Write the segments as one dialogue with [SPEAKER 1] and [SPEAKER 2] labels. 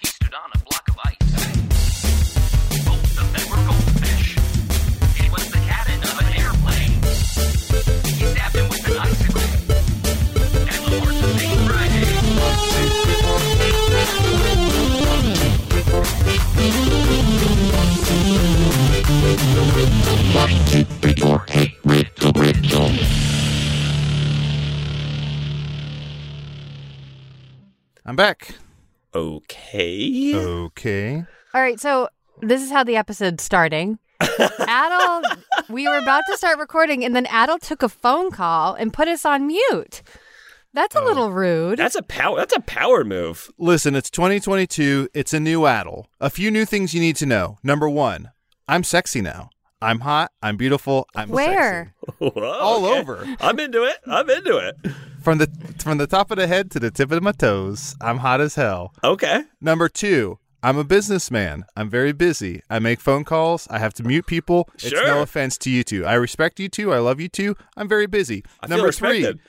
[SPEAKER 1] He stood on a block of ice. Both of them were goldfish. He was the cabin of an airplane. He stabbed him with an icicle. And the horse was named Friday.
[SPEAKER 2] I'm back.
[SPEAKER 3] Okay.
[SPEAKER 2] Oh. Okay.
[SPEAKER 4] All right, so this is how the episode's starting. Adel, we were about to start recording, and then Adel took a phone call and put us on mute. That's
[SPEAKER 2] Oh.
[SPEAKER 4] a little rude.
[SPEAKER 3] That's a power that's a power move.
[SPEAKER 2] Listen, it's 2022. It's a new addle. A few new things you need to know. Number one, I'm sexy now. I'm hot. I'm beautiful. I'm
[SPEAKER 4] Where?
[SPEAKER 3] Whoa,
[SPEAKER 2] All
[SPEAKER 3] okay.
[SPEAKER 2] over.
[SPEAKER 3] I'm into it. I'm into it.
[SPEAKER 2] sexy. From the from the top of the head to the tip of my toes, I'm hot as hell.
[SPEAKER 3] Okay.
[SPEAKER 2] Number two, I'm a businessman. I'm very busy. I make phone calls. I have to mute people. It's
[SPEAKER 3] Sure.
[SPEAKER 2] no offense to you two. I respect you two. I love you two. I'm very busy.
[SPEAKER 3] I feel
[SPEAKER 2] Number three,
[SPEAKER 3] respected.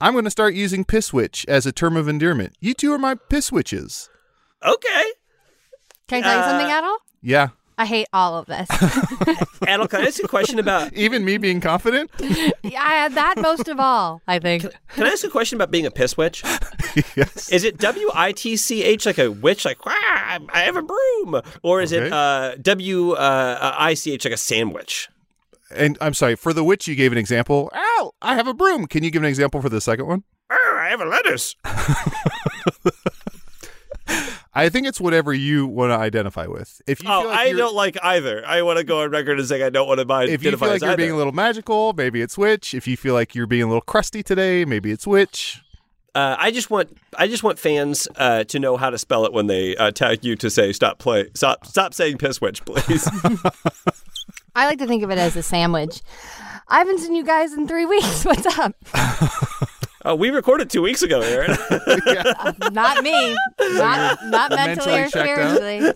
[SPEAKER 2] I'm going to start using piss witch as a term of endearment. You two are my piss witches.
[SPEAKER 3] Okay.
[SPEAKER 4] Can I tell you
[SPEAKER 2] uh,
[SPEAKER 4] something, Adel?
[SPEAKER 2] Yeah.
[SPEAKER 4] I hate all of this.
[SPEAKER 3] Adel, can I ask you a question about
[SPEAKER 2] Even me being confident?
[SPEAKER 4] yeah, that most of all, I think.
[SPEAKER 3] can I ask you a question about being a piss witch?
[SPEAKER 2] yes.
[SPEAKER 3] Is it W I T C H like a witch like "Wah, I have a broom? Or is
[SPEAKER 2] Okay.
[SPEAKER 3] it uh W uh, I C H like a sandwich?
[SPEAKER 2] And I'm sorry, for the witch, you gave an example. Ow, I have a broom. Can you give an example for the second one?
[SPEAKER 3] "Arr, I have a lettuce.
[SPEAKER 2] I think it's whatever you want to identify with. If you
[SPEAKER 3] Oh,
[SPEAKER 2] feel like
[SPEAKER 3] I
[SPEAKER 2] you're,
[SPEAKER 3] don't like either. I want to go on record as saying I don't want to buy
[SPEAKER 2] if you feel like you're being a little magical, maybe it's witch. If you feel like you're being a little crusty today, maybe it's witch.
[SPEAKER 3] Uh, I just want I just want fans uh, to know how to spell it when they uh, tag you to say stop play stop stop saying piss witch please.
[SPEAKER 4] I like to think of it as a sandwich. I haven't seen you guys in three weeks. What's up?
[SPEAKER 3] uh, we recorded two weeks ago, Aaron.
[SPEAKER 4] Not me. Not, not mentally,
[SPEAKER 2] mentally
[SPEAKER 4] or
[SPEAKER 2] checked out?
[SPEAKER 4] spiritually.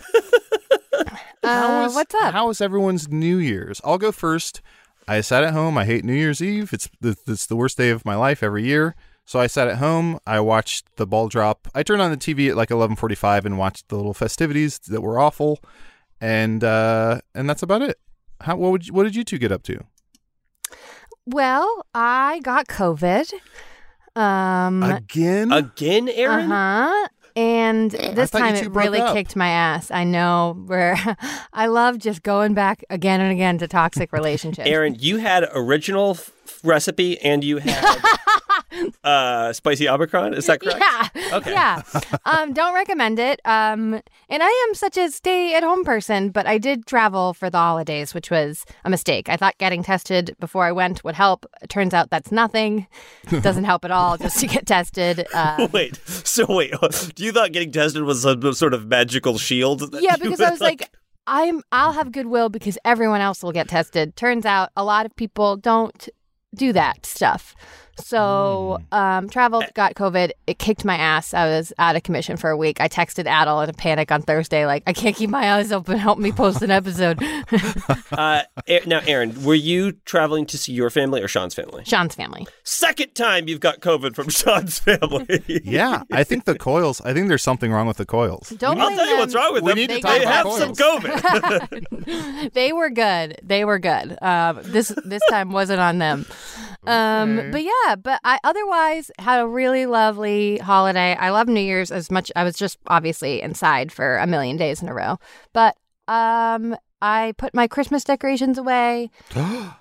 [SPEAKER 4] Uh,
[SPEAKER 2] is-
[SPEAKER 4] what's up?
[SPEAKER 2] How is everyone's New Year's? I'll go first. I sat at home. I hate New Year's Eve. It's the, it's the worst day of my life every year. So I sat at home. I watched the ball drop. I turned on the TV at like 11:45 and watched the little festivities that were awful, and uh, and that's about it. How what would you, what did you two get up to?
[SPEAKER 4] Well, I got COVID. Um,
[SPEAKER 2] Again?
[SPEAKER 3] Again,
[SPEAKER 4] uh
[SPEAKER 3] Aaron.
[SPEAKER 4] huh. And this
[SPEAKER 2] thought you
[SPEAKER 4] time
[SPEAKER 2] two
[SPEAKER 4] it
[SPEAKER 2] broke
[SPEAKER 4] really
[SPEAKER 2] up.
[SPEAKER 4] kicked my ass. I know where I love just going back again and again to toxic relationships.
[SPEAKER 3] Aaron, you had original f- recipe and you had uh, spicy Omicron. Is that correct?
[SPEAKER 4] Yeah.
[SPEAKER 3] Okay.
[SPEAKER 4] Yeah. Um, don't recommend it. Um, and I am such a stay at home person, but I did travel for the holidays, which was a mistake. I thought getting tested before I went would help. It turns out that's nothing. Doesn't help at all just to get tested. Uh,
[SPEAKER 3] Wait. So wait. uh, You thought getting tested was some sort of magical shield? that
[SPEAKER 4] yeah,
[SPEAKER 3] you
[SPEAKER 4] because
[SPEAKER 3] would,
[SPEAKER 4] I was like, I'm I'll have goodwill because everyone else will get tested. Turns out a lot of people don't do that stuff. So
[SPEAKER 3] Mm.
[SPEAKER 4] um traveled,
[SPEAKER 3] Eh.
[SPEAKER 4] got COVID, it kicked my ass. I was out of commission for a week. I texted Adel in a panic on Thursday, like, I can't keep my eyes open, help me post an episode.
[SPEAKER 3] Uh, A- now, Aaron, were you traveling to see your family or Sean's family?
[SPEAKER 4] Sean's family.
[SPEAKER 3] Second time you've got COVID from Sean's family.
[SPEAKER 2] yeah, I think the coils. I think there's something wrong with the coils.
[SPEAKER 4] Don't
[SPEAKER 3] I'll
[SPEAKER 4] blame
[SPEAKER 3] tell you
[SPEAKER 4] them.
[SPEAKER 3] what's wrong with
[SPEAKER 2] We
[SPEAKER 3] them.
[SPEAKER 2] need to
[SPEAKER 3] they
[SPEAKER 4] talk about
[SPEAKER 3] have some
[SPEAKER 2] coils.
[SPEAKER 3] COVID.
[SPEAKER 4] They were good. They were good. Um, this this time wasn't on them. Um, But yeah, but I otherwise had a really lovely holiday. I love New Year's as much. I was just obviously inside for a million days in a row, but um, I put my Christmas decorations away.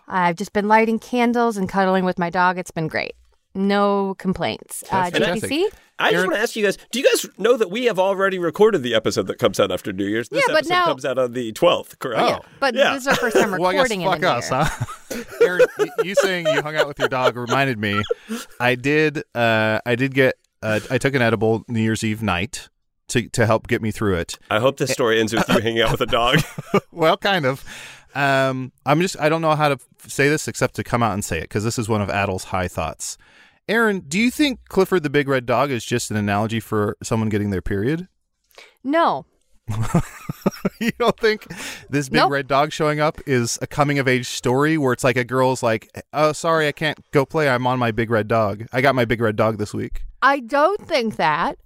[SPEAKER 4] I've just been lighting candles and cuddling with my dog. It's been great. No complaints. Uh,
[SPEAKER 2] That's fantastic.
[SPEAKER 4] JPC?
[SPEAKER 3] I just
[SPEAKER 2] Aaron-
[SPEAKER 3] want to ask you guys: Do you guys know that we have already recorded the episode that comes out after New Year's? This
[SPEAKER 4] Yeah, but
[SPEAKER 3] episode
[SPEAKER 4] now-
[SPEAKER 3] comes out on the twelfth, correct?
[SPEAKER 2] Oh.
[SPEAKER 4] But
[SPEAKER 3] Yeah.
[SPEAKER 4] this is our first time
[SPEAKER 2] Well, I guess
[SPEAKER 4] recording
[SPEAKER 2] fuck
[SPEAKER 4] in the
[SPEAKER 2] us,
[SPEAKER 4] new year.
[SPEAKER 2] huh? Aaron, y- you saying you hung out with your dog reminded me. I did. Uh, I did get. Uh, I took an edible New Year's Eve night to to help get me through it.
[SPEAKER 3] I hope this story ends with you hanging out with a dog.
[SPEAKER 2] Well, kind of. Um, I'm just. I don't know how to f- say this except to come out and say it because this is one of Adel's high thoughts. Aaron, do you think Clifford the Big Red Dog is just an analogy for someone getting their period?
[SPEAKER 4] No.
[SPEAKER 2] you don't think this big
[SPEAKER 4] Nope.
[SPEAKER 2] red dog showing up is a coming of age story where it's like a girl's like, oh, sorry, I can't go play. I'm on my big red dog. I got my big red dog this week.
[SPEAKER 4] I don't think that.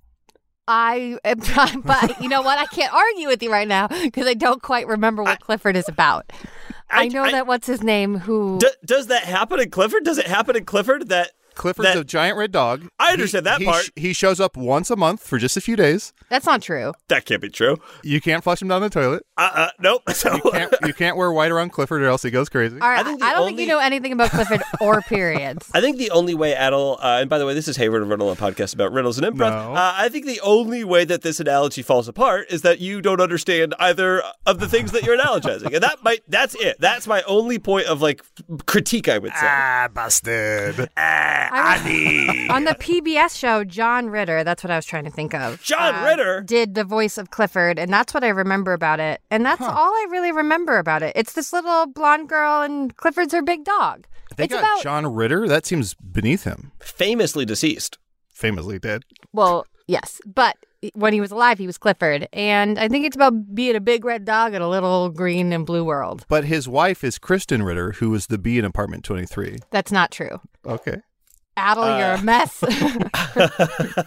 [SPEAKER 4] I am trying, but you know what? I can't argue with you right now because I don't quite remember what Clifford is about. I, know
[SPEAKER 3] I-
[SPEAKER 4] that what's his name who
[SPEAKER 3] Do- does that happen in Clifford? Does it happen in Clifford? That
[SPEAKER 2] Clifford's
[SPEAKER 3] That-
[SPEAKER 2] a giant red dog.
[SPEAKER 3] I understand
[SPEAKER 2] He-
[SPEAKER 3] that
[SPEAKER 2] he
[SPEAKER 3] part.
[SPEAKER 2] he shows up once a month for just a few days.
[SPEAKER 4] That's not true.
[SPEAKER 3] that can't be true.
[SPEAKER 2] You can't flush him down the toilet.
[SPEAKER 3] Uh, uh nope. So,
[SPEAKER 2] Can't, you can't wear white around Clifford or else he goes crazy.
[SPEAKER 4] All right. I,
[SPEAKER 3] think the
[SPEAKER 4] don't think
[SPEAKER 3] only-
[SPEAKER 4] you know anything about Clifford or periods.
[SPEAKER 3] I think the only way Adel, uh, and by the way, this is Hayward and Riddle, a podcast about riddles and improv.
[SPEAKER 2] No.
[SPEAKER 3] Uh, I think the only way that this analogy falls apart is that you don't understand either of the things that you're analogizing, and that might that's it. That's my only point of like critique. I would say.
[SPEAKER 4] I was- on the PBS show John Ritter, that's what I was trying to think of.
[SPEAKER 3] John Ritter?
[SPEAKER 4] did the voice of Clifford, and that's what I remember about it. And that's all I really remember about it. It's this little blonde girl, and Clifford's her big dog.
[SPEAKER 2] They
[SPEAKER 4] it's
[SPEAKER 2] got
[SPEAKER 4] about
[SPEAKER 2] John Ritter. That seems beneath him.
[SPEAKER 3] Famously deceased.
[SPEAKER 2] Famously dead.
[SPEAKER 4] well, yes, but when he was alive, he was Clifford, and I think it's about being a big red dog in a little green and blue world.
[SPEAKER 2] But his wife is Kristen Ritter, who was the bee in Apartment 23.
[SPEAKER 4] That's not true.
[SPEAKER 2] Okay.
[SPEAKER 4] Adel,
[SPEAKER 2] Uh.
[SPEAKER 4] you're a mess.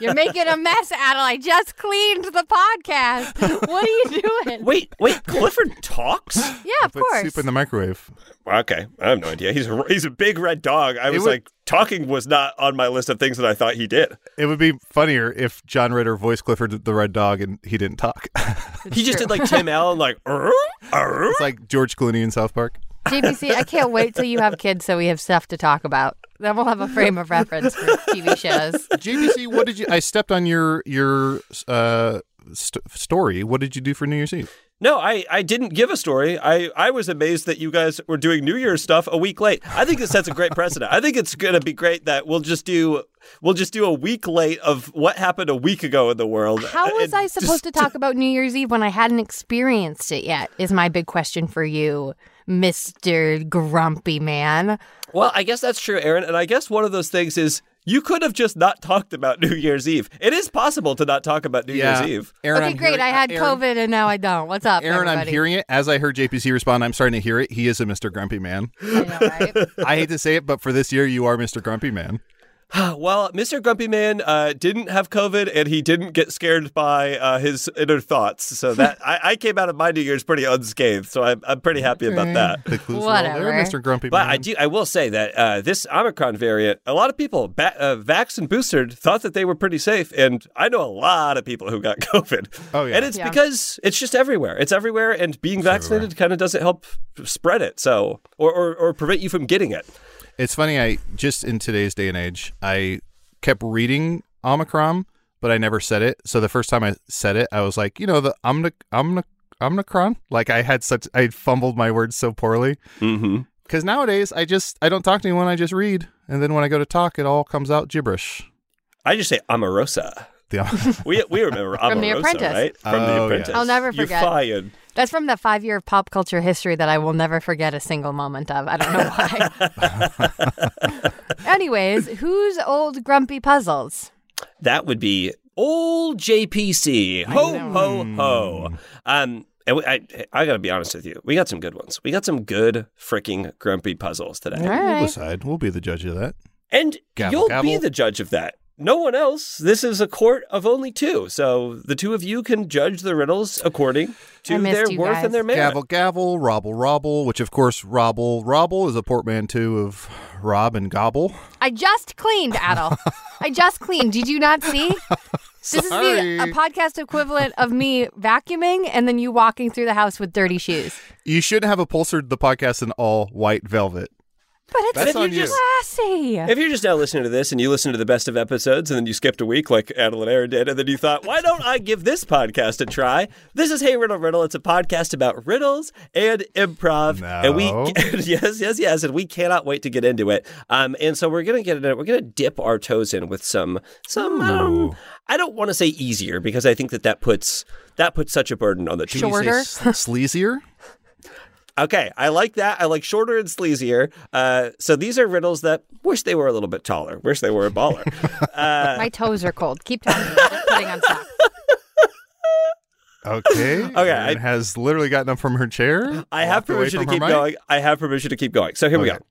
[SPEAKER 4] you're making a mess, Adel. I just cleaned the podcast. What are you doing?
[SPEAKER 3] Wait, wait. Clifford talks.
[SPEAKER 4] yeah, of
[SPEAKER 2] Put
[SPEAKER 4] course.
[SPEAKER 2] soup in the microwave.
[SPEAKER 3] Okay, I have no idea. He's a, he's a big red dog. I was
[SPEAKER 2] would-
[SPEAKER 3] like, talking was not on my list of things that I thought he did.
[SPEAKER 2] It would be funnier if John Ritter voiced Clifford the Red Dog and he didn't talk.
[SPEAKER 3] he just did like Tim Allen, like, "Arr, arr."
[SPEAKER 2] it's like George Clooney in South Park.
[SPEAKER 4] JPC, I can't wait till you have kids so we have stuff to talk about. Then we'll have a frame of reference for TV shows.
[SPEAKER 2] JBC, what did you? I stepped on your your uh, st- story. What did you do for New Year's Eve?
[SPEAKER 3] no, I, I didn't give a story. I, I was amazed that you guys were doing New Year's stuff a week late. I think this sets a great precedent. I think it's gonna be great that we'll just do we'll just do a week late of what happened a week ago in the world.
[SPEAKER 2] Uh,
[SPEAKER 3] Uh,
[SPEAKER 4] How was
[SPEAKER 3] And
[SPEAKER 4] I
[SPEAKER 3] just-
[SPEAKER 4] supposed to talk about New Year's Eve when I hadn't experienced it yet? Is my big question for you, Mr. Grumpy Man.
[SPEAKER 3] Well, I guess that's true, Aaron. And I guess one of those things is you could have just not talked about New Year's Eve. It is possible to not talk about New Year's Eve.
[SPEAKER 2] Aaron,
[SPEAKER 4] okay,
[SPEAKER 2] I'm
[SPEAKER 4] great.
[SPEAKER 2] hearing- uh,
[SPEAKER 4] I had
[SPEAKER 2] Aaron-
[SPEAKER 4] COVID and now I don't. What's up,
[SPEAKER 2] Aaron,
[SPEAKER 4] everybody?
[SPEAKER 2] I'm hearing it as I heard JPC respond. I'm starting to hear it. He is a Mr. Grumpy Man.
[SPEAKER 4] I know, right?
[SPEAKER 2] I hate to say it, but for this year, you are Mr. Grumpy Man.
[SPEAKER 3] Uh, Well, Mr. Grumpy Man uh, didn't have COVID, and he didn't get scared by uh, his inner thoughts. So that I, I came out of my New Year's pretty unscathed. So I'm, I'm pretty happy about that.
[SPEAKER 2] The clues are all there,
[SPEAKER 4] Whatever.
[SPEAKER 2] Mr. Grumpy
[SPEAKER 3] But
[SPEAKER 2] Man.
[SPEAKER 3] I do. I will say that uh, this Omicron variant, a lot of people, ba- uh, vax and boosted, thought that they were pretty safe, and I know a lot of people who got COVID.
[SPEAKER 2] Oh, yeah.
[SPEAKER 3] and it's
[SPEAKER 4] Yeah.
[SPEAKER 3] because it's just everywhere. It's everywhere, and being vaccinated kind of doesn't help spread it, so or, or or prevent you from getting it.
[SPEAKER 2] It's funny. I just in today's day and age, I kept reading Omicron, but I never said it. So the first time I said it, I was like, you know, the omni omni omnicron. Like I had such, I fumbled my words so poorly.
[SPEAKER 3] Mm-hmm.
[SPEAKER 2] Because nowadays, I just I don't talk to anyone. I just read, and then when I go to talk, it all comes out gibberish.
[SPEAKER 3] I just say Omarosa.
[SPEAKER 2] The om-
[SPEAKER 3] We, we remember Omarosa,
[SPEAKER 4] From The Apprentice.
[SPEAKER 3] right? From
[SPEAKER 2] Oh,
[SPEAKER 3] The
[SPEAKER 2] yeah.
[SPEAKER 3] Apprentice.
[SPEAKER 4] I'll never
[SPEAKER 3] You're
[SPEAKER 4] forget.
[SPEAKER 3] fired.
[SPEAKER 4] That's from the five year of pop culture history that I will never forget a single moment of. I don't know why. Anyways, who's old grumpy puzzles?
[SPEAKER 3] That would be old JPC. Ho ho
[SPEAKER 2] Hmm.
[SPEAKER 3] ho. Um, and we, I I gotta be honest with you. We got some good ones. We got some good freaking grumpy puzzles today.
[SPEAKER 4] All
[SPEAKER 2] we'll
[SPEAKER 4] right.
[SPEAKER 2] decide. We'll be the judge of that.
[SPEAKER 3] And
[SPEAKER 2] Gavel,
[SPEAKER 3] you'll be
[SPEAKER 2] gavel.
[SPEAKER 3] the judge of that. No one else. This is a court of only two, so the two of you can judge the riddles according
[SPEAKER 4] I
[SPEAKER 3] to
[SPEAKER 4] missed
[SPEAKER 3] their
[SPEAKER 4] you
[SPEAKER 3] worth
[SPEAKER 4] guys.
[SPEAKER 3] and their merit.
[SPEAKER 2] Gavel, gavel, robble, robble. Which of course, robble, robble is a portmanteau of rob and gobble.
[SPEAKER 4] I just cleaned, Adel. I just cleaned. Did you not see? This is the a
[SPEAKER 2] Sorry.
[SPEAKER 4] podcast equivalent of me vacuuming and then you walking through the house with dirty shoes.
[SPEAKER 2] You should have upholstered the podcast in all white velvet.
[SPEAKER 4] But it's
[SPEAKER 2] That's on you.
[SPEAKER 4] classy.
[SPEAKER 3] If you're just now listening to this and you listen to the best of episodes and then you skipped a week like Adeline Air did, and then you thought, why don't I give this podcast a try? This is Hey Riddle Riddle. It's a podcast about riddles and improv.
[SPEAKER 2] No.
[SPEAKER 3] And we yes, yes, yes. And we cannot wait to get into it. Um, and so we're gonna get into it. We're gonna dip our toes in with some some
[SPEAKER 2] Ooh.
[SPEAKER 3] um, I don't want to say easier because I think that that puts that puts such a burden on the two.
[SPEAKER 4] Sure. Shorter.
[SPEAKER 2] Say s- sleazier?
[SPEAKER 3] Okay, I like that. I like shorter and sleazier. Uh, so these are riddles that wish they were a little bit taller. Wish they were a baller.
[SPEAKER 4] My toes are cold. Keep talking. About it. putting on socks.
[SPEAKER 2] Okay. okay.
[SPEAKER 3] I-
[SPEAKER 2] has literally gotten up from her chair.
[SPEAKER 3] I have
[SPEAKER 2] walked away
[SPEAKER 3] permission to
[SPEAKER 2] from
[SPEAKER 3] keep
[SPEAKER 2] her mic.
[SPEAKER 3] going. I have permission to keep going. So here we
[SPEAKER 2] Okay.
[SPEAKER 3] go.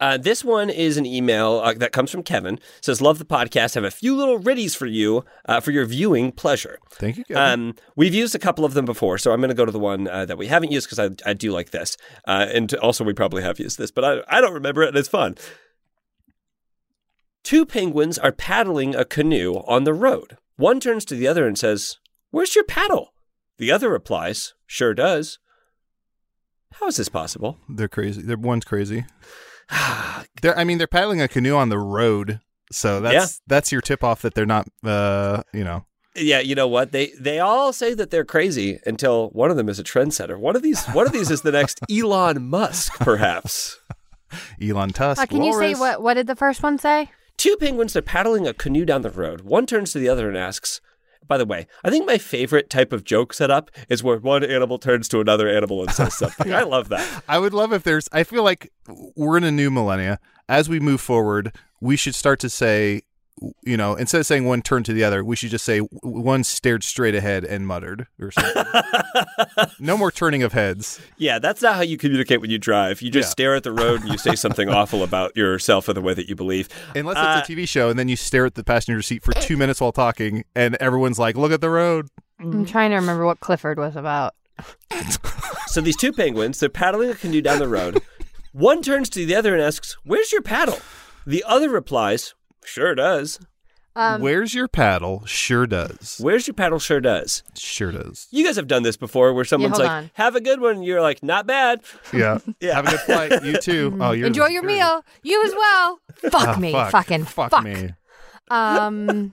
[SPEAKER 3] Uh, this one is an email uh, that comes from Kevin. Says, "Love the podcast. Have a few little riddies for you uh, for your viewing pleasure.
[SPEAKER 2] Thank you, Kevin.
[SPEAKER 3] Um, we've used a couple of them before, so I'm going to go to the one uh, that we haven't used because I, I do like this, uh, and also we probably have used this, but I I don't remember it, and it's fun. Two penguins are paddling a canoe on the road. One turns to the other and says, "Where's your paddle?" The other replies, "Sure does." How is this possible?
[SPEAKER 2] They're crazy. They're one's crazy. they're I mean they're paddling a canoe on the road. So that's that's your tip off that they're not uh you know.
[SPEAKER 3] Yeah, you know what? They they all say that they're crazy until one of them is a trendsetter. One of these one of these is the next Elon Musk, perhaps.
[SPEAKER 2] Elon Tusk.
[SPEAKER 4] Uh, can you say
[SPEAKER 2] walrus.
[SPEAKER 4] what? What did the first one say?
[SPEAKER 3] Two penguins are paddling a canoe down the road. One turns to the other and asks, by the way, I think my favorite type of joke setup is where one animal turns to another animal and says something. I love that.
[SPEAKER 2] I would love if there's I feel like we're in a new millennia. As we move forward, we should start to say you know, instead of saying one turned to the other, we should just say w- one stared straight ahead and muttered or something. no more turning of heads.
[SPEAKER 3] Yeah, that's not how you communicate when you drive. You just
[SPEAKER 2] Yeah.
[SPEAKER 3] stare at the road and you say something awful about yourself or the way that you believe.
[SPEAKER 2] Unless
[SPEAKER 3] Uh,
[SPEAKER 2] it's a TV show, and then you stare at the passenger seat for two minutes while talking, and everyone's like, "Look at the road."
[SPEAKER 4] I'm trying to remember what Clifford was about.
[SPEAKER 3] So these two penguins, they're paddling a canoe down the road. One turns to the other and asks, Where's your paddle? The other replies, Sure does.
[SPEAKER 4] Um,
[SPEAKER 2] Where's your paddle? Sure does.
[SPEAKER 3] Where's your paddle? Sure does.
[SPEAKER 2] Sure does.
[SPEAKER 3] You guys have done this before where someone's
[SPEAKER 4] hold
[SPEAKER 3] like,
[SPEAKER 4] on.
[SPEAKER 3] Have a good one. And you're like, Not bad.
[SPEAKER 2] Yeah.
[SPEAKER 3] Yeah.
[SPEAKER 2] Have a good flight. You too. Oh, you're
[SPEAKER 4] Enjoy your
[SPEAKER 2] you're-
[SPEAKER 4] meal. You as well. Fuck
[SPEAKER 2] Ah,
[SPEAKER 4] me.
[SPEAKER 2] fuck.
[SPEAKER 4] Fucking
[SPEAKER 2] fuck,
[SPEAKER 4] fuck.
[SPEAKER 2] me.
[SPEAKER 4] Um.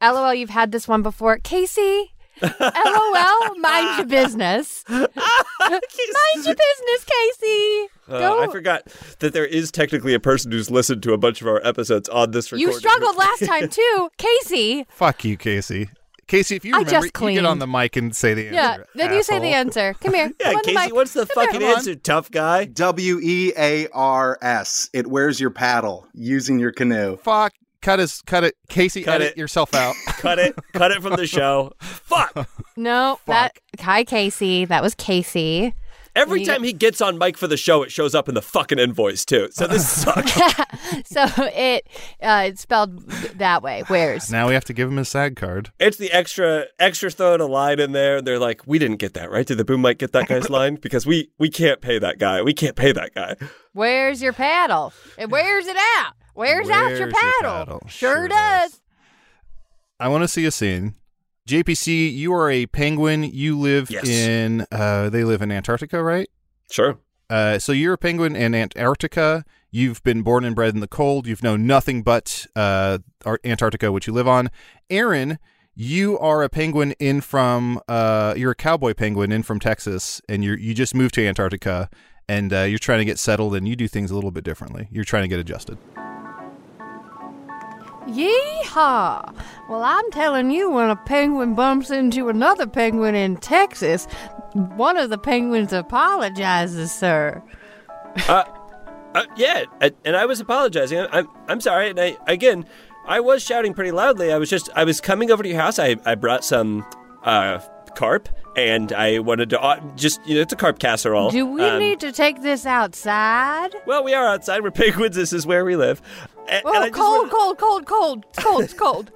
[SPEAKER 4] LOL, you've had this one before. Casey, LOL, mind your business. mind your business, Casey.
[SPEAKER 3] Uh,
[SPEAKER 4] Go.
[SPEAKER 3] I forgot that there is technically a person who's listened to a bunch of our episodes on this recording.
[SPEAKER 4] you struggled last time too. Casey,
[SPEAKER 2] Fuck you, Casey. Casey, if you
[SPEAKER 4] I
[SPEAKER 2] remember,
[SPEAKER 4] just
[SPEAKER 2] you get
[SPEAKER 4] cleaned.
[SPEAKER 2] on the mic and say the answer.
[SPEAKER 4] Yeah, then you say the
[SPEAKER 2] asshole.
[SPEAKER 4] answer. Come here.
[SPEAKER 3] Yeah,
[SPEAKER 4] Come on the
[SPEAKER 3] Casey,
[SPEAKER 4] mic.
[SPEAKER 3] what's the
[SPEAKER 4] Come here.
[SPEAKER 3] fucking answer, tough guy?
[SPEAKER 5] W E A R S. It wears your paddle using your canoe.
[SPEAKER 2] Fuck. Cut us. Cut it. Casey,
[SPEAKER 3] Cut
[SPEAKER 2] edit
[SPEAKER 3] it.
[SPEAKER 2] yourself out.
[SPEAKER 3] Cut it. Cut it from the show. Fuck.
[SPEAKER 4] No, that hi Casey. That was Casey.
[SPEAKER 3] Every time he gets on mic for the show, it shows up in the fucking invoice, too. So this sucks.
[SPEAKER 4] So it uh, it's spelled that way. Where's
[SPEAKER 2] now we have to give him a SAG card.
[SPEAKER 3] it's the extra, extra throwing a line in there. They're like, we didn't get that, right? Did the boom mic get that guy's line? Because we, we can't pay that guy. We can't pay that guy.
[SPEAKER 4] where's your paddle? And where's it out? Where's, out
[SPEAKER 2] Where's
[SPEAKER 4] your
[SPEAKER 2] your
[SPEAKER 4] paddle?
[SPEAKER 2] paddle?
[SPEAKER 4] Sure,
[SPEAKER 2] Sure
[SPEAKER 4] does.
[SPEAKER 2] does. I want to see a scene. JPC, you are a penguin. You live
[SPEAKER 3] Yes.
[SPEAKER 2] in. Uh, they live in Antarctica, right?
[SPEAKER 3] Sure.
[SPEAKER 2] Uh, so you're a penguin in Antarctica. You've been born and bred in the cold. You've known nothing but uh, Ar- Antarctica, which you live on. Aaron, you are a penguin in from. Uh, you're a cowboy penguin in from Texas, and you you just moved to Antarctica, and uh, you're trying to get settled, and you do things a little bit differently. You're trying to get adjusted.
[SPEAKER 4] Yeehaw! Well, I'm telling you, when a penguin bumps into another penguin in Texas, one of the penguins apologizes, sir.
[SPEAKER 3] Uh, yeah, I, and I was apologizing. I, I'm I'm sorry. And I again, I was shouting pretty loudly. I was just I was coming over to your house. I I brought some uh, carp, and I wanted to uh, just you know it's a carp casserole.
[SPEAKER 4] Do we
[SPEAKER 3] Um,
[SPEAKER 4] need to take this outside?
[SPEAKER 3] Well, we are outside. We're penguins. This is where we live. A- and I
[SPEAKER 4] Oh,
[SPEAKER 3] just
[SPEAKER 4] cold,
[SPEAKER 3] wanted-
[SPEAKER 4] cold, cold, cold, cold, it's cold.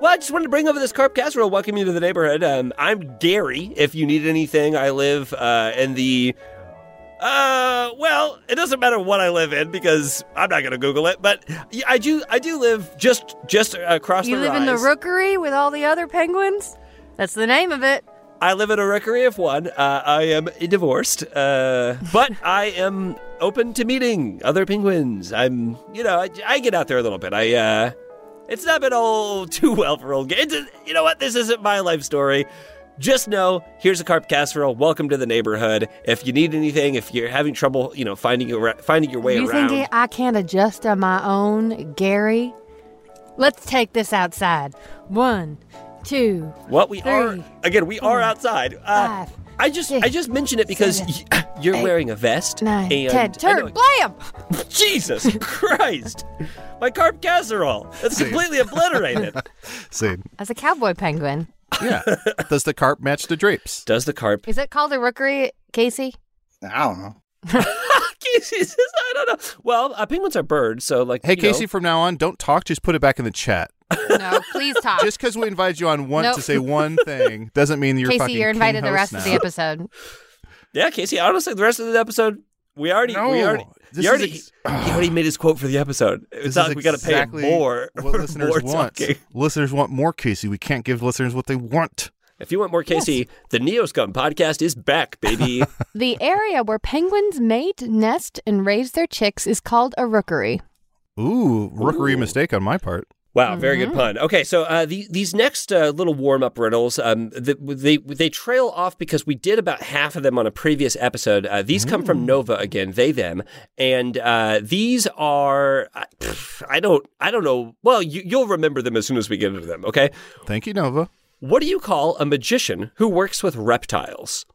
[SPEAKER 3] Well, I just wanted to bring over this carp casserole. Welcome you to the neighborhood. Um, I'm Gary. If you need anything, I live uh, in the. Uh, well, it doesn't matter what I live in because I'm not gonna Google it. But y- I do, I do live just just across
[SPEAKER 4] You
[SPEAKER 3] the.
[SPEAKER 4] live in the
[SPEAKER 3] rise.
[SPEAKER 4] rookery with all the other penguins? That's the name of it.
[SPEAKER 3] I live in a rookery of one. Uh, I am divorced, uh, but I am open to meeting other penguins. I'm, you know, I, I get out there a little bit. I, uh, it's not been all too well for old game. You know what? This isn't my life story. Just know, here's a carp casserole. Welcome to the neighborhood. If you need anything, if you're having trouble, you know, finding your finding your way
[SPEAKER 4] you
[SPEAKER 3] around.
[SPEAKER 4] think I can't adjust on my own, Gary? Let's take this outside. One, two.
[SPEAKER 3] What we are
[SPEAKER 4] Three,
[SPEAKER 3] again, we are outside. Uh,
[SPEAKER 4] five,
[SPEAKER 3] I just I
[SPEAKER 4] six,
[SPEAKER 3] just mention it because
[SPEAKER 4] seven,
[SPEAKER 3] y- you're wearing a vest.
[SPEAKER 4] Nine,
[SPEAKER 3] and I
[SPEAKER 4] ten,
[SPEAKER 3] know-
[SPEAKER 4] turn, blam!
[SPEAKER 3] Jesus Christ! My carp casserole. It's completely obliterated.
[SPEAKER 2] Same.
[SPEAKER 4] As a cowboy penguin.
[SPEAKER 2] Yeah. Does the carp match the drapes?
[SPEAKER 3] Does the carp?
[SPEAKER 4] Is it called a rookery, Casey?
[SPEAKER 5] I don't know.
[SPEAKER 3] Jesus, I don't know. Well, uh, penguins are birds, so like.
[SPEAKER 2] Hey,
[SPEAKER 3] you know.
[SPEAKER 2] Casey, from now on, don't talk. Just put it back in the chat.
[SPEAKER 4] No, please talk.
[SPEAKER 2] Just because we invited you on one
[SPEAKER 4] Nope.
[SPEAKER 2] to say one thing doesn't mean you're
[SPEAKER 4] Casey,
[SPEAKER 2] fucking
[SPEAKER 4] you're invited
[SPEAKER 2] king
[SPEAKER 4] the
[SPEAKER 2] host
[SPEAKER 4] rest of the
[SPEAKER 2] now.
[SPEAKER 4] episode.
[SPEAKER 3] Yeah, Casey. Honestly, the rest of the episode, we already, we
[SPEAKER 2] No,
[SPEAKER 3] already,
[SPEAKER 2] this
[SPEAKER 3] he
[SPEAKER 2] is
[SPEAKER 3] already,
[SPEAKER 2] ex-
[SPEAKER 3] he already made his quote for the episode. It's
[SPEAKER 2] This
[SPEAKER 3] not
[SPEAKER 2] is
[SPEAKER 3] like we got to pay him
[SPEAKER 2] exactly
[SPEAKER 3] more.
[SPEAKER 2] What
[SPEAKER 3] for
[SPEAKER 2] listeners
[SPEAKER 3] more
[SPEAKER 2] want.
[SPEAKER 3] talking.
[SPEAKER 2] Listeners want more, Casey. We can't give listeners what they want.
[SPEAKER 3] If you want more Casey, the Neo Scum podcast is back, baby.
[SPEAKER 4] The area where penguins mate, nest, and raise their chicks is called a rookery.
[SPEAKER 2] Ooh, rookery
[SPEAKER 3] Ooh.
[SPEAKER 2] mistake on my part.
[SPEAKER 3] Wow, very good
[SPEAKER 4] Mm-hmm.
[SPEAKER 3] pun. Okay, so uh, the, these next uh, little warm up riddles, um, the, they they trail off because we did about half of them on a previous episode. Uh, these come
[SPEAKER 4] Mm.
[SPEAKER 3] from Nova again, they them, and uh, these are I- pff, I don't I don't know. Well, you, you'll remember them as soon as we get into them. Okay,
[SPEAKER 2] Thank you, Nova.
[SPEAKER 3] what do you call a magician who works with reptiles?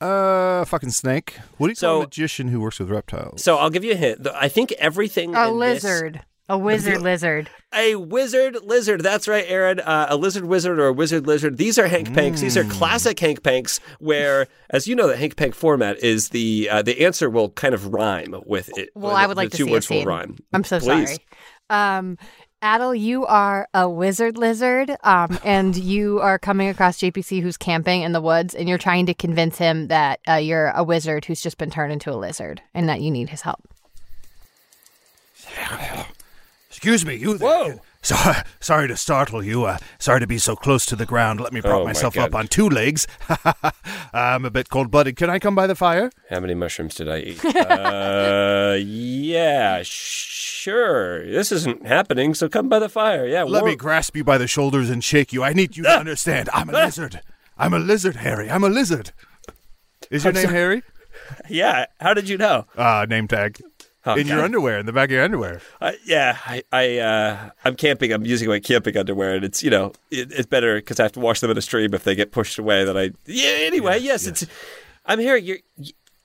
[SPEAKER 2] Uh, fucking snake. What do you call
[SPEAKER 3] So-
[SPEAKER 2] a magician who works with reptiles?
[SPEAKER 3] So I'll give you a hint. The- I think everything
[SPEAKER 4] A
[SPEAKER 3] in this-
[SPEAKER 4] lizard. A wizard lizard.
[SPEAKER 3] A wizard lizard. That's right, Aaron. Uh, a lizard wizard or a wizard lizard. These are Hank Panks. These are classic Hank Panks, where, as you know, the Hank Pank format is the uh, the answer will kind of rhyme with it.
[SPEAKER 4] Well,
[SPEAKER 3] The-
[SPEAKER 4] I would like
[SPEAKER 3] the
[SPEAKER 4] to
[SPEAKER 3] two
[SPEAKER 4] see
[SPEAKER 3] words
[SPEAKER 4] a scene.
[SPEAKER 3] will rhyme.
[SPEAKER 4] I'm so
[SPEAKER 3] Please.
[SPEAKER 4] sorry. Um, Adel, you are a wizard lizard, um, and you are coming across JPC who's camping in the woods, and you're trying to convince him that uh, you're a wizard who's just been turned into a lizard, and that you need his help.
[SPEAKER 2] Excuse me, you. there.
[SPEAKER 3] Whoa.
[SPEAKER 2] So, uh, sorry to startle you. Uh, sorry to be so close to the ground. Let me prop
[SPEAKER 3] Oh, my
[SPEAKER 2] myself up
[SPEAKER 3] God.
[SPEAKER 2] on two legs. I'm a bit cold blooded. Can I come by the fire?
[SPEAKER 3] How many mushrooms did I eat? uh, yeah, sure. This isn't happening. So come by the fire. Yeah.
[SPEAKER 2] Let
[SPEAKER 3] war-
[SPEAKER 2] me grasp you by the shoulders and shake you. I need you
[SPEAKER 3] Ah.
[SPEAKER 2] to understand. I'm a lizard. I'm a lizard, Harry. I'm a lizard. Is your name Harry?
[SPEAKER 3] yeah. How did you know?
[SPEAKER 2] Uh, name tag.
[SPEAKER 3] Oh,
[SPEAKER 2] in your
[SPEAKER 3] God.
[SPEAKER 2] underwear, in the back of your underwear.
[SPEAKER 3] Uh, yeah, I, I uh, I'm camping. I'm using my camping underwear, and it's you know it, it's better because I have to wash them in a stream if they get pushed away. That I yeah. Anyway, yes, it's. I'm here. You're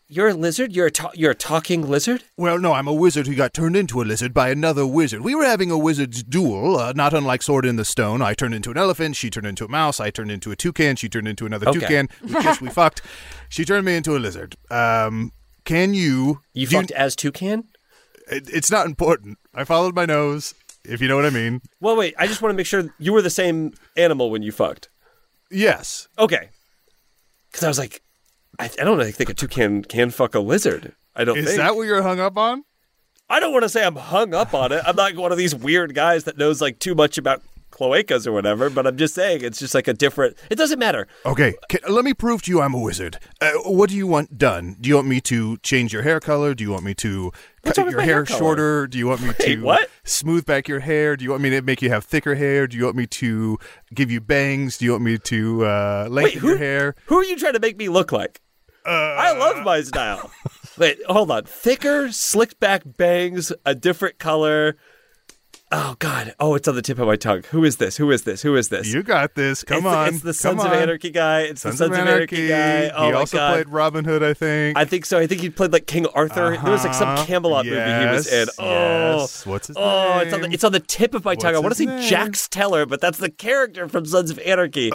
[SPEAKER 3] you're a lizard. You're a ta- you're a talking lizard.
[SPEAKER 2] Well, no, I'm a wizard who got turned into a lizard by another wizard. We were having a wizard's duel, uh, not unlike Sword in the Stone. I turned into an elephant, she turned into a mouse, I turned into a toucan, she turned into another
[SPEAKER 3] Okay.
[SPEAKER 2] toucan. We kissed, we fucked. She turned me into a lizard. Um, can you?
[SPEAKER 3] You
[SPEAKER 2] do-
[SPEAKER 3] fucked as toucan.
[SPEAKER 2] it- it's not important. I followed my nose, if you know what I mean.
[SPEAKER 3] Well, wait. I just want to make sure you were the same animal when you fucked.
[SPEAKER 2] Yes.
[SPEAKER 3] Okay. Because I was like, I, I don't really think a toucan can fuck a lizard. I don't
[SPEAKER 2] Is
[SPEAKER 3] think.
[SPEAKER 2] that what you're hung up on?
[SPEAKER 3] I don't want to say I'm hung up on it. I'm not one of these weird guys that knows like too much about cloacas or whatever, but I'm just saying it's just like a different. It doesn't matter.
[SPEAKER 2] Okay, can, let me prove to you I'm a wizard. Uh, what do you want done? Do you want me to change your hair color? Do you want me to cut
[SPEAKER 3] What's wrong with
[SPEAKER 2] your
[SPEAKER 3] my
[SPEAKER 2] hair,
[SPEAKER 3] hair color?
[SPEAKER 2] shorter? Do you want me
[SPEAKER 3] Wait,
[SPEAKER 2] to
[SPEAKER 3] what?
[SPEAKER 2] smooth back your hair? Do you want me to make you have thicker hair? Do you want me to give you bangs? Do you want me to uh,
[SPEAKER 3] Wait,
[SPEAKER 2] lengthen
[SPEAKER 3] who,
[SPEAKER 2] your hair?
[SPEAKER 3] who are you trying to make me look like?
[SPEAKER 2] Uh,
[SPEAKER 3] I love my style. Wait, hold on. Thicker, slicked back bangs, a different color. Oh God! Oh, it's on the tip of my tongue. Who is this? Who is this? Who is this?
[SPEAKER 2] You got this. Come
[SPEAKER 3] it's,
[SPEAKER 2] on.
[SPEAKER 3] It's the
[SPEAKER 2] Come
[SPEAKER 3] Sons of
[SPEAKER 2] on.
[SPEAKER 3] Anarchy guy. It's
[SPEAKER 2] Sons
[SPEAKER 3] the
[SPEAKER 2] of Anarchy.
[SPEAKER 3] guy. Oh
[SPEAKER 2] he
[SPEAKER 3] my
[SPEAKER 2] also
[SPEAKER 3] God!
[SPEAKER 2] played Robin Hood, I think.
[SPEAKER 3] I think so. I think he played like King Arthur. There was like some
[SPEAKER 2] Uh-huh.
[SPEAKER 3] Camelot movie he was in.
[SPEAKER 2] Yes,
[SPEAKER 3] Oh,
[SPEAKER 2] yes. What's his
[SPEAKER 3] oh, it's on the
[SPEAKER 2] name?
[SPEAKER 3] it's on the tip of my tongue. I
[SPEAKER 2] What's
[SPEAKER 3] want to say
[SPEAKER 2] his name?
[SPEAKER 3] Jax Teller, but that's the character from Sons of Anarchy.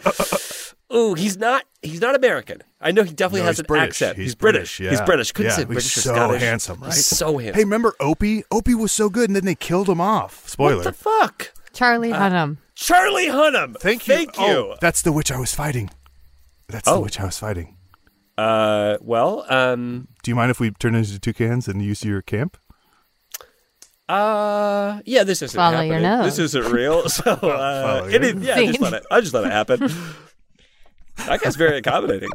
[SPEAKER 3] Ooh, he's not he's not American. I know he definitely
[SPEAKER 2] No,
[SPEAKER 3] has
[SPEAKER 2] he's
[SPEAKER 3] an
[SPEAKER 2] British.
[SPEAKER 3] accent.
[SPEAKER 2] He's
[SPEAKER 3] British.
[SPEAKER 2] British,
[SPEAKER 3] He's
[SPEAKER 2] yeah.
[SPEAKER 3] British. Couldn't
[SPEAKER 2] Yeah,
[SPEAKER 3] say
[SPEAKER 2] he's
[SPEAKER 3] British or
[SPEAKER 2] so
[SPEAKER 3] Scottish.
[SPEAKER 2] handsome, right?
[SPEAKER 3] He's so handsome.
[SPEAKER 2] Hey, remember Opie? Opie was so good, and then they killed him off. Spoiler.
[SPEAKER 3] what the fuck?
[SPEAKER 4] Charlie
[SPEAKER 3] Uh,
[SPEAKER 4] Hunnam.
[SPEAKER 3] Charlie Hunnam.
[SPEAKER 2] Thank you.
[SPEAKER 3] Thank
[SPEAKER 2] Oh,
[SPEAKER 3] you.
[SPEAKER 2] that's the witch I was fighting. That's
[SPEAKER 3] Oh.
[SPEAKER 2] the witch I was fighting. Oh.
[SPEAKER 3] uh, well, um,
[SPEAKER 2] Do you mind if we turn into two cans and use your camp?
[SPEAKER 3] Uh, yeah, this isn't
[SPEAKER 4] Follow
[SPEAKER 3] happening.
[SPEAKER 4] your nose.
[SPEAKER 3] This isn't real. So, uh,
[SPEAKER 2] Follow your
[SPEAKER 3] any, yeah, I just let it. I just let it happen. That guy's very accommodating.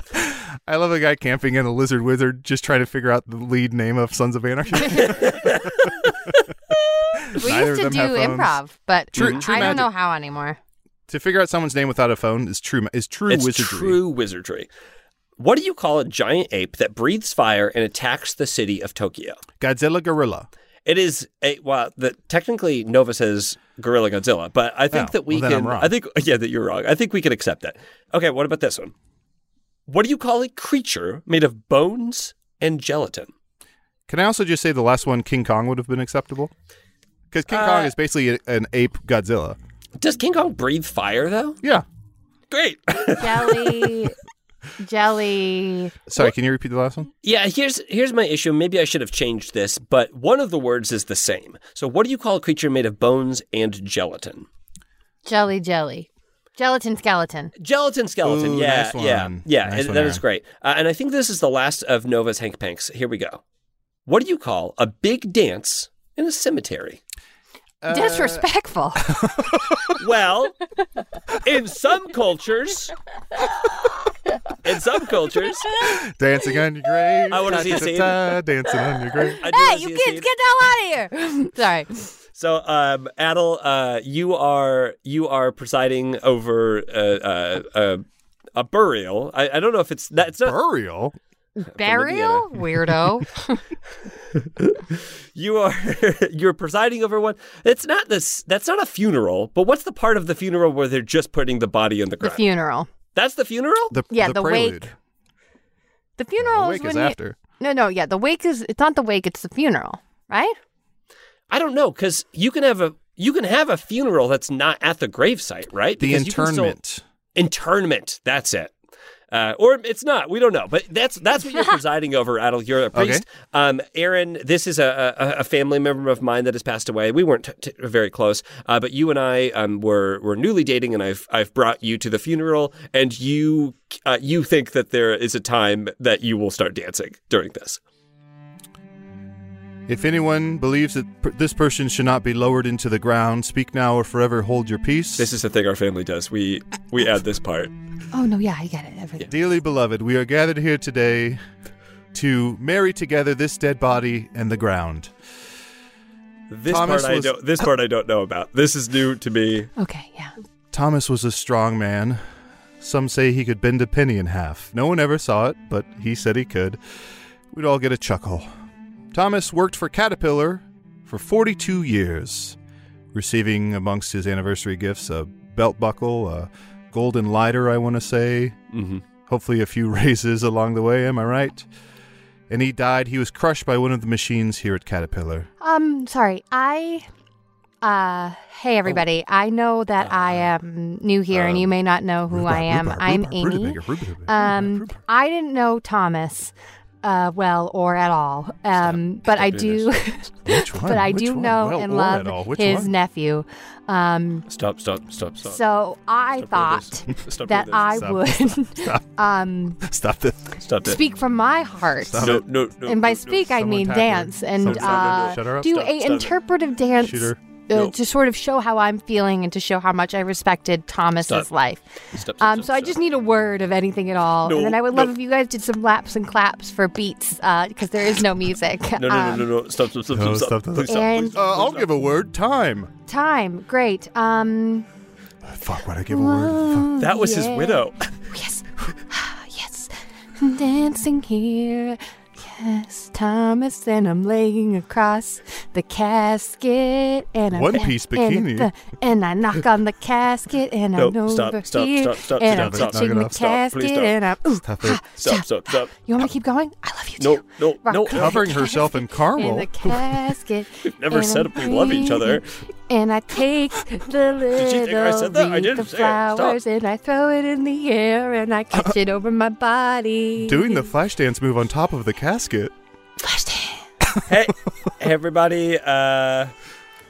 [SPEAKER 2] I love a guy camping in a lizard wizard just trying to figure out the lead name of Sons of Anarchy.
[SPEAKER 4] We
[SPEAKER 2] Neither of
[SPEAKER 4] used to
[SPEAKER 2] them
[SPEAKER 4] do
[SPEAKER 2] have phones.
[SPEAKER 4] improv, but
[SPEAKER 2] True-
[SPEAKER 4] mm,
[SPEAKER 2] true
[SPEAKER 4] I don't
[SPEAKER 2] magic.
[SPEAKER 4] know how anymore.
[SPEAKER 2] to figure out someone's name without a phone is true. Is true
[SPEAKER 3] it's
[SPEAKER 2] wizardry.
[SPEAKER 3] true wizardry. What do you call a giant ape that breathes fire and attacks the city of Tokyo?
[SPEAKER 2] Godzilla gorilla.
[SPEAKER 3] It is a well. The, technically, Nova says Gorilla Godzilla, but I think
[SPEAKER 2] Oh,
[SPEAKER 3] that we
[SPEAKER 2] well, then
[SPEAKER 3] can.
[SPEAKER 2] I'm wrong.
[SPEAKER 3] I think yeah, that you're wrong. I think we can accept that. Okay, what about this one? What do you call a creature made of bones and gelatin?
[SPEAKER 2] Can I also just say the last one, King Kong, would have been acceptable? Because King Kong
[SPEAKER 3] Uh,
[SPEAKER 2] is basically a- an ape Godzilla.
[SPEAKER 3] Does King Kong breathe fire though?
[SPEAKER 2] Yeah.
[SPEAKER 3] Great.
[SPEAKER 4] Jelly, jelly.
[SPEAKER 2] Sorry, can you repeat the last one?
[SPEAKER 3] yeah, here's here's my issue. Maybe I should have changed this, but one of the words is the same. So what do you call a creature made of bones and gelatin?
[SPEAKER 4] Jelly, jelly. Gelatin skeleton.
[SPEAKER 3] Gelatin skeleton.
[SPEAKER 2] Ooh,
[SPEAKER 3] yeah,
[SPEAKER 2] nice
[SPEAKER 3] yeah,
[SPEAKER 2] one.
[SPEAKER 3] yeah.
[SPEAKER 2] Nice
[SPEAKER 3] and
[SPEAKER 2] one
[SPEAKER 3] that
[SPEAKER 2] there.
[SPEAKER 3] is great. Uh, and I think this is the last of Nova's Hank Panks. Here we go. What do you call a big dance in a cemetery?
[SPEAKER 2] Uh,
[SPEAKER 4] Disrespectful.
[SPEAKER 3] Well, in some cultures, in some cultures,
[SPEAKER 2] Dancing on your grave.
[SPEAKER 3] I wanna see a scene.
[SPEAKER 2] Da-da-da-da, Dancing on your grave.
[SPEAKER 3] I do
[SPEAKER 4] hey,
[SPEAKER 3] wanna
[SPEAKER 4] you
[SPEAKER 3] see a
[SPEAKER 4] kids,
[SPEAKER 3] scene.
[SPEAKER 4] get the hell out of here. Sorry.
[SPEAKER 3] So, um, Adel, uh, you are you are presiding over uh, uh, uh, a burial. I, I don't know if it's that. It's not.
[SPEAKER 2] Burial.
[SPEAKER 4] Burial? Weirdo.
[SPEAKER 3] You are you're presiding over one. It's not this. That's not a funeral. But what's the part of the funeral where they're just putting the body in the
[SPEAKER 4] the
[SPEAKER 3] ground?
[SPEAKER 4] funeral.
[SPEAKER 3] that's the funeral.
[SPEAKER 2] The,
[SPEAKER 4] Yeah,
[SPEAKER 2] the,
[SPEAKER 4] the wake.
[SPEAKER 2] prelude.
[SPEAKER 4] The
[SPEAKER 2] The
[SPEAKER 4] funeral
[SPEAKER 2] wake
[SPEAKER 4] is
[SPEAKER 2] is
[SPEAKER 4] when you-
[SPEAKER 2] after.
[SPEAKER 4] No, no, yeah. The wake is it's not the wake, it's the funeral, right?
[SPEAKER 3] I don't know because you can have a you can have a funeral that's not at the gravesite, right?
[SPEAKER 2] The
[SPEAKER 3] Because you can still-
[SPEAKER 2] internment.
[SPEAKER 3] internment. That's it. Uh, or it's not. We don't know. But that's that's what you're presiding over, Adel. You're a priest. Um, Aaron, this is a, a, a family member of mine that has passed away. We weren't t- t- very close, uh, but you and I um, were were newly dating, and I've I've brought you to the funeral, and you uh, you think that there is a time that you will start dancing during this.
[SPEAKER 2] If anyone believes that per- this person should not be lowered into the ground, speak now or forever hold your peace.
[SPEAKER 3] This is the thing our family does. We we add this part.
[SPEAKER 4] Oh no, yeah, I get it. Everything.
[SPEAKER 2] Dearly beloved, we are gathered here today to marry together this dead body and the ground.
[SPEAKER 3] This
[SPEAKER 2] Thomas
[SPEAKER 3] part
[SPEAKER 2] was-
[SPEAKER 3] I don't. This part I don't know about. This is new to me.
[SPEAKER 4] Okay, yeah.
[SPEAKER 2] Thomas was a strong man. Some say he could bend a penny in half. No one ever saw it, but he said he could. We'd all get a chuckle. Thomas worked for Caterpillar for 42 years, receiving amongst his anniversary gifts a belt buckle, a golden lighter, I want to say,
[SPEAKER 3] Mm-hmm.
[SPEAKER 2] hopefully a few raises along the way, am I right? And he died. He was crushed by one of the machines here at Caterpillar.
[SPEAKER 4] Um, sorry. I uh
[SPEAKER 2] Oh.
[SPEAKER 4] hey everybody. I know that
[SPEAKER 2] Uh,
[SPEAKER 4] I am new here and you
[SPEAKER 2] um,
[SPEAKER 4] may not know who I am. I'm Amy. Um I didn't know Thomas uh well or at all. Um but I do
[SPEAKER 2] Which one?
[SPEAKER 4] but I
[SPEAKER 2] Which
[SPEAKER 4] do
[SPEAKER 2] one?
[SPEAKER 4] know
[SPEAKER 2] Well,
[SPEAKER 4] and
[SPEAKER 2] or at all.
[SPEAKER 4] love
[SPEAKER 2] Which
[SPEAKER 4] his
[SPEAKER 2] one?
[SPEAKER 4] nephew. Um
[SPEAKER 3] Stop! Stop! Stop! Stop!
[SPEAKER 4] so I
[SPEAKER 3] Stop
[SPEAKER 4] thought
[SPEAKER 3] doing this. Stop
[SPEAKER 4] that
[SPEAKER 3] doing
[SPEAKER 4] I
[SPEAKER 2] Stop.
[SPEAKER 4] would um
[SPEAKER 2] Stop this.
[SPEAKER 3] Stop it.
[SPEAKER 4] speak from my heart.
[SPEAKER 2] Stop
[SPEAKER 3] No,
[SPEAKER 2] it.
[SPEAKER 3] no, no.
[SPEAKER 4] and by
[SPEAKER 3] no,
[SPEAKER 4] speak
[SPEAKER 3] no.
[SPEAKER 4] I
[SPEAKER 2] Someone
[SPEAKER 4] mean
[SPEAKER 2] tap her.
[SPEAKER 4] dance and
[SPEAKER 2] Someone tap her.
[SPEAKER 4] uh,
[SPEAKER 2] Shut her up.
[SPEAKER 4] do
[SPEAKER 3] Stop,
[SPEAKER 4] a
[SPEAKER 3] stop.
[SPEAKER 4] interpretive dance
[SPEAKER 2] Shoot her.
[SPEAKER 4] uh,
[SPEAKER 3] Nope.
[SPEAKER 4] to sort of show how I'm feeling and to show how much I respected Thomas's
[SPEAKER 3] Stop.
[SPEAKER 4] life.
[SPEAKER 3] Stop, stop,
[SPEAKER 4] Um,
[SPEAKER 3] stop,
[SPEAKER 4] so I
[SPEAKER 3] stop.
[SPEAKER 4] just need a word of anything at all,
[SPEAKER 3] No,
[SPEAKER 4] and then I would love
[SPEAKER 3] no.
[SPEAKER 4] if you guys did some laps and claps for beats because there is no music.
[SPEAKER 3] No, no,
[SPEAKER 4] Um,
[SPEAKER 3] no, no, no. Stop! Stop! Stop!
[SPEAKER 2] No,
[SPEAKER 3] stop!
[SPEAKER 2] stop,
[SPEAKER 3] stop.
[SPEAKER 2] stop.
[SPEAKER 3] Please stop!
[SPEAKER 4] And-
[SPEAKER 3] Please stop.
[SPEAKER 2] Uh, I'll give a word. Time.
[SPEAKER 4] Time, great. Um,
[SPEAKER 2] Fuck, why'd I give a word?
[SPEAKER 3] That was his widow.
[SPEAKER 4] yes, yes, I'm dancing here. Yes, Thomas, and I'm laying across the casket, and I'm
[SPEAKER 2] One piece
[SPEAKER 4] and
[SPEAKER 2] bikini.
[SPEAKER 4] the- and I knock on the casket, and I'm
[SPEAKER 3] Nope, stop,
[SPEAKER 4] over
[SPEAKER 3] stop,
[SPEAKER 4] here,
[SPEAKER 3] stop, stop,
[SPEAKER 4] and
[SPEAKER 3] stop,
[SPEAKER 4] I'm
[SPEAKER 2] stop, knock
[SPEAKER 4] touching
[SPEAKER 2] it
[SPEAKER 4] the
[SPEAKER 2] off,
[SPEAKER 3] stop,
[SPEAKER 4] casket,
[SPEAKER 3] please stop.
[SPEAKER 4] and I'm ooh,
[SPEAKER 2] Stop it.
[SPEAKER 4] ah,
[SPEAKER 3] Stop! Stop! Stop!
[SPEAKER 4] You want me to keep going? I love you
[SPEAKER 3] No,
[SPEAKER 4] too.
[SPEAKER 3] no,
[SPEAKER 4] Rock
[SPEAKER 3] no.
[SPEAKER 4] on the
[SPEAKER 2] Covering herself in
[SPEAKER 4] casket,
[SPEAKER 2] caramel.
[SPEAKER 4] In the casket. We've
[SPEAKER 3] never said we love each other.
[SPEAKER 4] And I take the
[SPEAKER 3] you think I
[SPEAKER 4] little
[SPEAKER 3] said that? I
[SPEAKER 4] wreath
[SPEAKER 3] didn't
[SPEAKER 4] of
[SPEAKER 3] say it. Stop.
[SPEAKER 4] flowers and I throw it in the air and I catch it over my body.
[SPEAKER 2] Uh, Doing the flash dance move on top of the casket.
[SPEAKER 4] flash dance.
[SPEAKER 3] Hey, everybody. Uh,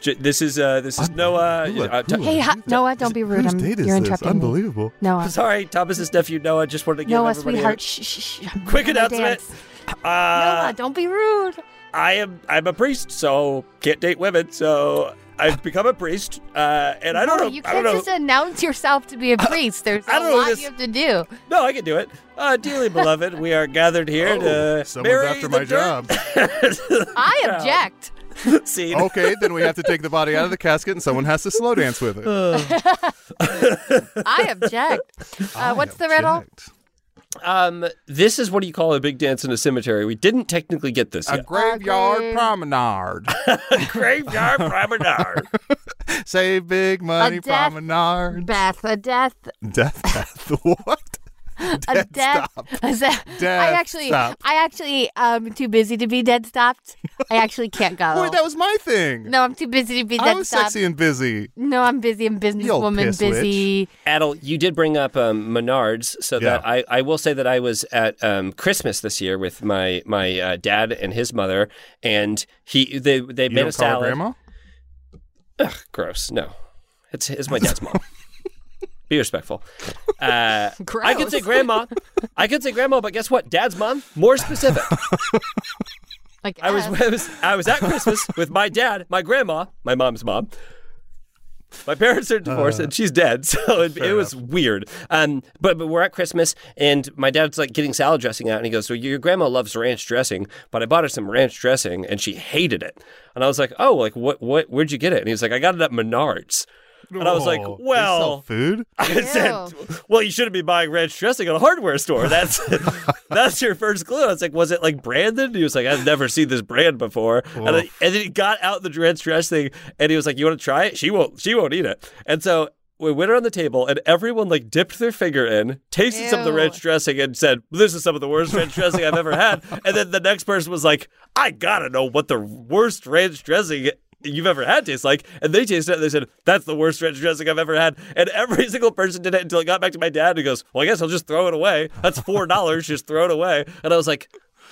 [SPEAKER 3] j- this is uh, this is
[SPEAKER 2] I'm-
[SPEAKER 3] Noah.
[SPEAKER 2] who-
[SPEAKER 3] Uh,
[SPEAKER 2] who-
[SPEAKER 3] t-
[SPEAKER 4] Hey, hi-
[SPEAKER 2] Whose-
[SPEAKER 4] Noah, don't be rude.
[SPEAKER 2] Whose
[SPEAKER 4] I'm,
[SPEAKER 2] date is
[SPEAKER 4] you're
[SPEAKER 2] this?
[SPEAKER 4] interrupting me.
[SPEAKER 2] Unbelievable.
[SPEAKER 4] Noah,
[SPEAKER 3] Sorry, Thomas's nephew Noah. Just wanted to give
[SPEAKER 4] Noah,
[SPEAKER 3] everybody
[SPEAKER 4] sweetheart. Shh, shh, shh. I'm
[SPEAKER 3] Quick
[SPEAKER 4] doing my
[SPEAKER 3] announcement.
[SPEAKER 4] dance.
[SPEAKER 3] A, uh,
[SPEAKER 4] Noah, don't be rude.
[SPEAKER 3] I am I'm a priest, so can't date women. So I've become a priest, uh, and I don't
[SPEAKER 4] No,
[SPEAKER 3] know.
[SPEAKER 4] You
[SPEAKER 3] I
[SPEAKER 4] can't
[SPEAKER 3] don't know.
[SPEAKER 4] just uh announce yourself to be a priest. There's
[SPEAKER 3] I
[SPEAKER 4] a
[SPEAKER 3] don't know
[SPEAKER 4] lot
[SPEAKER 3] this-
[SPEAKER 4] you have to do.
[SPEAKER 3] No, I can do it. Uh, dearly beloved, we are gathered here
[SPEAKER 2] Oh,
[SPEAKER 3] to
[SPEAKER 2] someone's
[SPEAKER 3] bury
[SPEAKER 2] after
[SPEAKER 3] Uh, the
[SPEAKER 2] my
[SPEAKER 3] dirt
[SPEAKER 2] job.
[SPEAKER 4] I object.
[SPEAKER 3] Scene.
[SPEAKER 2] okay, then we have to take the body out of the casket, and someone has to slow dance with it.
[SPEAKER 4] Uh, I object. Uh, what's the riddle?
[SPEAKER 3] Um, this is what do you call a big dance in a cemetery? We didn't technically get this.
[SPEAKER 2] A
[SPEAKER 3] Yet.
[SPEAKER 2] graveyard
[SPEAKER 4] grave-
[SPEAKER 2] promenade.
[SPEAKER 3] Graveyard promenade.
[SPEAKER 2] Save big money
[SPEAKER 4] A death
[SPEAKER 2] promenade.
[SPEAKER 4] Beth, a death,
[SPEAKER 2] Death path. what?
[SPEAKER 4] a death. a se- I
[SPEAKER 2] Death
[SPEAKER 4] actually,
[SPEAKER 2] stop.
[SPEAKER 4] I actually, am too busy to be dead stopped. I actually can't go.
[SPEAKER 2] Boy, that was my thing.
[SPEAKER 4] Oh. no, I'm too busy to be
[SPEAKER 2] I
[SPEAKER 4] dead
[SPEAKER 2] was
[SPEAKER 4] stopped.
[SPEAKER 2] sexy and busy.
[SPEAKER 4] No, I'm busy. I'm
[SPEAKER 2] old
[SPEAKER 4] businesswoman.
[SPEAKER 2] piss
[SPEAKER 4] Busy.
[SPEAKER 3] Adel, you did bring up um, Menards, so
[SPEAKER 2] Yeah.
[SPEAKER 3] that I, I will say that I was at um, Christmas this year with my my uh, dad and his mother, and he they they
[SPEAKER 2] You don't
[SPEAKER 3] made a
[SPEAKER 2] call her
[SPEAKER 3] salad.
[SPEAKER 2] grandma?
[SPEAKER 3] Gross. No, it's it's my dad's mom. Be respectful. Uh, I could
[SPEAKER 4] Gross.
[SPEAKER 3] say grandma. I could say grandma, but guess what? Dad's mom. More specific.
[SPEAKER 4] Like uh,
[SPEAKER 3] I was, I was I was at Christmas with my dad, my grandma, my mom's mom. My parents are divorced and she's dead, so it, it was weird. Um, but but we're at Christmas and my dad's like getting salad dressing out and he goes, "So your grandma loves ranch dressing, but I bought her some ranch dressing and she hated it." And I was like, "Oh, like what? What? Where'd you get it?" And he's like, "I got it at Menards." And I was like,
[SPEAKER 2] Oh, they sell
[SPEAKER 3] "Well."
[SPEAKER 2] food?
[SPEAKER 3] I said, "Well, you shouldn't be buying ranch dressing at a hardware store. That's that's your first clue." I was like, "Was it like branded?" And he was like, "I've never seen this brand before." And, I, and then he got out the ranch dressing, and he was like, "You want to try it? She won't. She won't eat it." And so we went around the table, and everyone like dipped their finger in, tasted some of the
[SPEAKER 4] Ew.
[SPEAKER 3] ranch dressing, and said, "This is some of the worst ranch dressing I've ever had." And then the next person was like, "I gotta know what the worst ranch dressing you've ever had tastes like. And they tasted it and they said, That's the worst ranch dressing I've ever had. And every single person did it until it got back to my dad who goes, Well, I guess I'll just throw it away. That's four dollars, just throw it away. And I was like,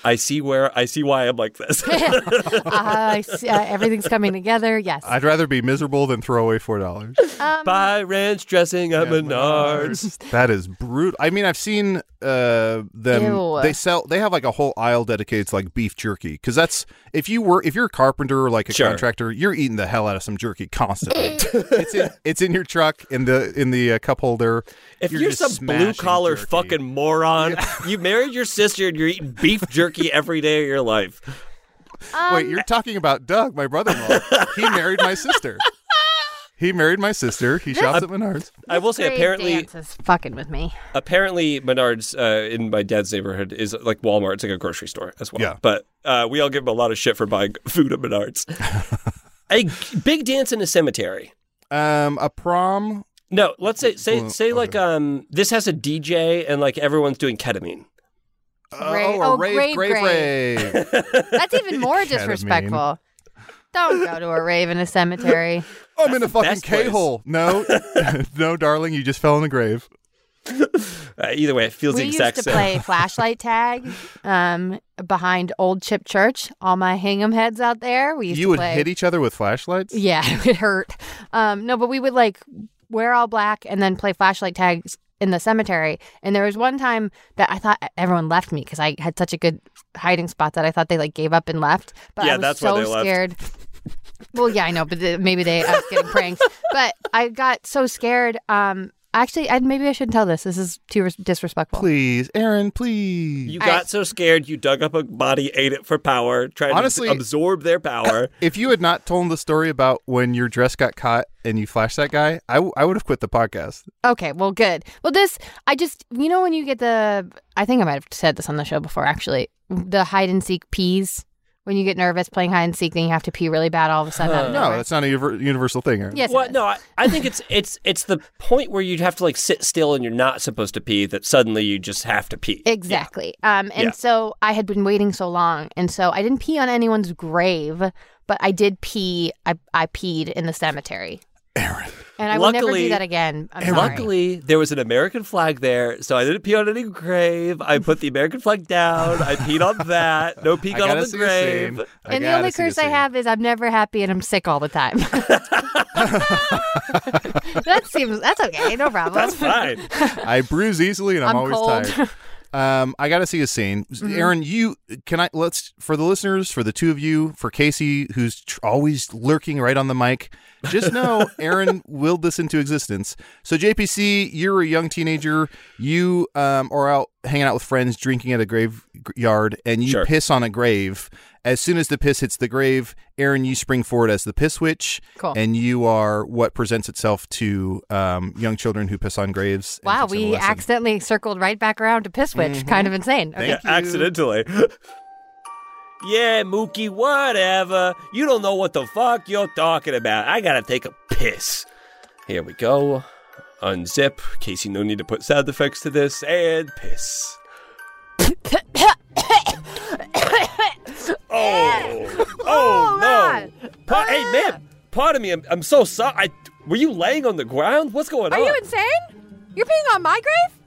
[SPEAKER 3] I see where I see why I'm like this.
[SPEAKER 4] I see, uh, everything's coming together. Yes.
[SPEAKER 2] I'd rather be miserable than throw away four dollars.
[SPEAKER 3] Buy ranch dressing at Menards.
[SPEAKER 2] that is brutal. I mean, I've seen uh, them.
[SPEAKER 4] Ew.
[SPEAKER 2] They sell. They have like a whole aisle dedicated to like beef jerky because that's if you were if you're a carpenter or like a
[SPEAKER 3] Sure.
[SPEAKER 2] contractor, you're eating the hell out of some jerky constantly. it's in it's in your truck in the in the uh, cup holder.
[SPEAKER 3] If you're,
[SPEAKER 2] just
[SPEAKER 3] some blue collar
[SPEAKER 2] smashing jerky.
[SPEAKER 3] fucking moron, you married your sister and you're eating beef jerky every day of your life.
[SPEAKER 2] Wait,
[SPEAKER 4] Um,
[SPEAKER 2] you're talking about Doug, my brother-in-law. he married my sister. He married my sister. He shops at Menards.
[SPEAKER 3] I will say,
[SPEAKER 4] Grave
[SPEAKER 3] apparently,
[SPEAKER 4] dance is fucking with me.
[SPEAKER 3] apparently Menards uh, in my dad's neighborhood is like Walmart. It's like a grocery store as well.
[SPEAKER 2] Yeah.
[SPEAKER 3] But uh, we all give him a lot of shit for buying food at Menards. a g- big dance in a cemetery.
[SPEAKER 2] Um, a prom.
[SPEAKER 3] No, let's say say
[SPEAKER 2] Well,
[SPEAKER 3] say like
[SPEAKER 2] okay.
[SPEAKER 3] um this has a DJ and like everyone's doing ketamine.
[SPEAKER 2] uh,
[SPEAKER 4] Rave-
[SPEAKER 2] oh, a
[SPEAKER 4] oh,
[SPEAKER 2] rave,
[SPEAKER 4] grave,
[SPEAKER 2] grave,
[SPEAKER 4] grave.
[SPEAKER 2] rave.
[SPEAKER 4] That's even more
[SPEAKER 2] Ketamine.
[SPEAKER 4] disrespectful. Don't go to a rave in a cemetery.
[SPEAKER 2] I'm in a fucking
[SPEAKER 3] best place.
[SPEAKER 2] K-hole. No, no, darling, you just fell in the grave.
[SPEAKER 3] Uh, either way, it feels
[SPEAKER 4] we
[SPEAKER 3] the
[SPEAKER 4] used
[SPEAKER 3] exact
[SPEAKER 4] to
[SPEAKER 3] same.
[SPEAKER 4] play flashlight tag um, behind Old Chip Church. All my Hingham heads out there. We used
[SPEAKER 2] You
[SPEAKER 4] to
[SPEAKER 2] would
[SPEAKER 4] play.
[SPEAKER 2] hit each other with flashlights?
[SPEAKER 4] Yeah, it would hurt. Um, no, but we would like wear all black and then play flashlight tags in the cemetery. And there was one time that I thought everyone left me because I had such a good hiding spot that I thought they like gave up and left. But
[SPEAKER 3] Yeah,
[SPEAKER 4] I was
[SPEAKER 3] that's why
[SPEAKER 4] so
[SPEAKER 3] they left.
[SPEAKER 4] scared. well, yeah, I know, but th- maybe they I was getting pranked. But I got so scared. Um, actually, I, maybe I shouldn't tell this. This is too res- disrespectful.
[SPEAKER 2] Please, Aaron, please.
[SPEAKER 3] You
[SPEAKER 4] All
[SPEAKER 3] got
[SPEAKER 4] right.
[SPEAKER 3] so scared you dug up a body, ate it for power, tried
[SPEAKER 2] Honestly-
[SPEAKER 3] to absorb their power.
[SPEAKER 2] if you had not told the story about when your dress got caught and you flashed that guy, I, w- I would have quit the podcast.
[SPEAKER 4] Okay, well, good. Well, this, I just, you know, when you get the, I think I might have said this on the show before, actually, the hide and seek pees. When you get nervous playing hide and seek, then you have to pee really bad all of a sudden. out of
[SPEAKER 2] No,
[SPEAKER 4] nowhere.
[SPEAKER 2] that's not a univer- universal thing, Aaron.
[SPEAKER 4] yes. it
[SPEAKER 3] Well,
[SPEAKER 4] is.
[SPEAKER 3] no, I, I think it's it's it's the point where you'd have to like sit still and you're not supposed to pee that suddenly you just have to pee.
[SPEAKER 4] Exactly. Um, and
[SPEAKER 3] Yeah.
[SPEAKER 4] so I had been waiting so long, and so I didn't pee on anyone's grave, but I did pee. I I peed in the cemetery. Aaron. And I will never
[SPEAKER 3] Luckily-
[SPEAKER 4] do that again. I'm sorry.
[SPEAKER 3] Luckily, there was an American flag there, so I didn't pee on any grave. I put the American flag down. I peed on that. No
[SPEAKER 2] I
[SPEAKER 3] peeing
[SPEAKER 2] gotta
[SPEAKER 3] on the
[SPEAKER 2] see a
[SPEAKER 3] grave.
[SPEAKER 2] scene. I
[SPEAKER 4] and the
[SPEAKER 2] gotta
[SPEAKER 4] only
[SPEAKER 2] see a
[SPEAKER 4] curse I
[SPEAKER 2] scene.
[SPEAKER 4] have is I'm never happy and I'm sick all the time. that seems that's okay, no problem.
[SPEAKER 3] That's fine.
[SPEAKER 2] I bruise easily and I'm,
[SPEAKER 4] I'm
[SPEAKER 2] always
[SPEAKER 4] cold. Mm-hmm.
[SPEAKER 2] tired. Um, I got to see a scene. Aaron, you can I let's for the listeners, for the two of you, for Casey, who's tr- always lurking right on the mic. Just know Aaron willed this into existence. So JPC, you're a young teenager. You um, are out hanging out with friends, drinking at a graveyard, and you
[SPEAKER 3] Sure.
[SPEAKER 2] piss on a grave. As soon as the piss hits the grave, Aaron, you spring forward as the piss witch,
[SPEAKER 4] Cool.
[SPEAKER 2] and you are what presents itself to um, young children who piss on graves. and
[SPEAKER 4] Wow,
[SPEAKER 2] teach them a
[SPEAKER 4] we
[SPEAKER 2] lesson.
[SPEAKER 4] accidentally circled right back around to Piss Witch. Kind of insane. Okay.
[SPEAKER 3] Yeah, accidentally. yeah, Mookie, whatever. You don't know what the fuck you're talking about. I gotta take a piss. Here we go. Unzip. Casey, no need to put sound effects to this. And piss. oh, oh,
[SPEAKER 4] man. Ah.
[SPEAKER 3] no! Pa- hey, man, pardon me. I'm, I'm so sorry. I, were you laying on the ground? What's going
[SPEAKER 4] Are
[SPEAKER 3] on?
[SPEAKER 4] you insane? You're peeing on my grave?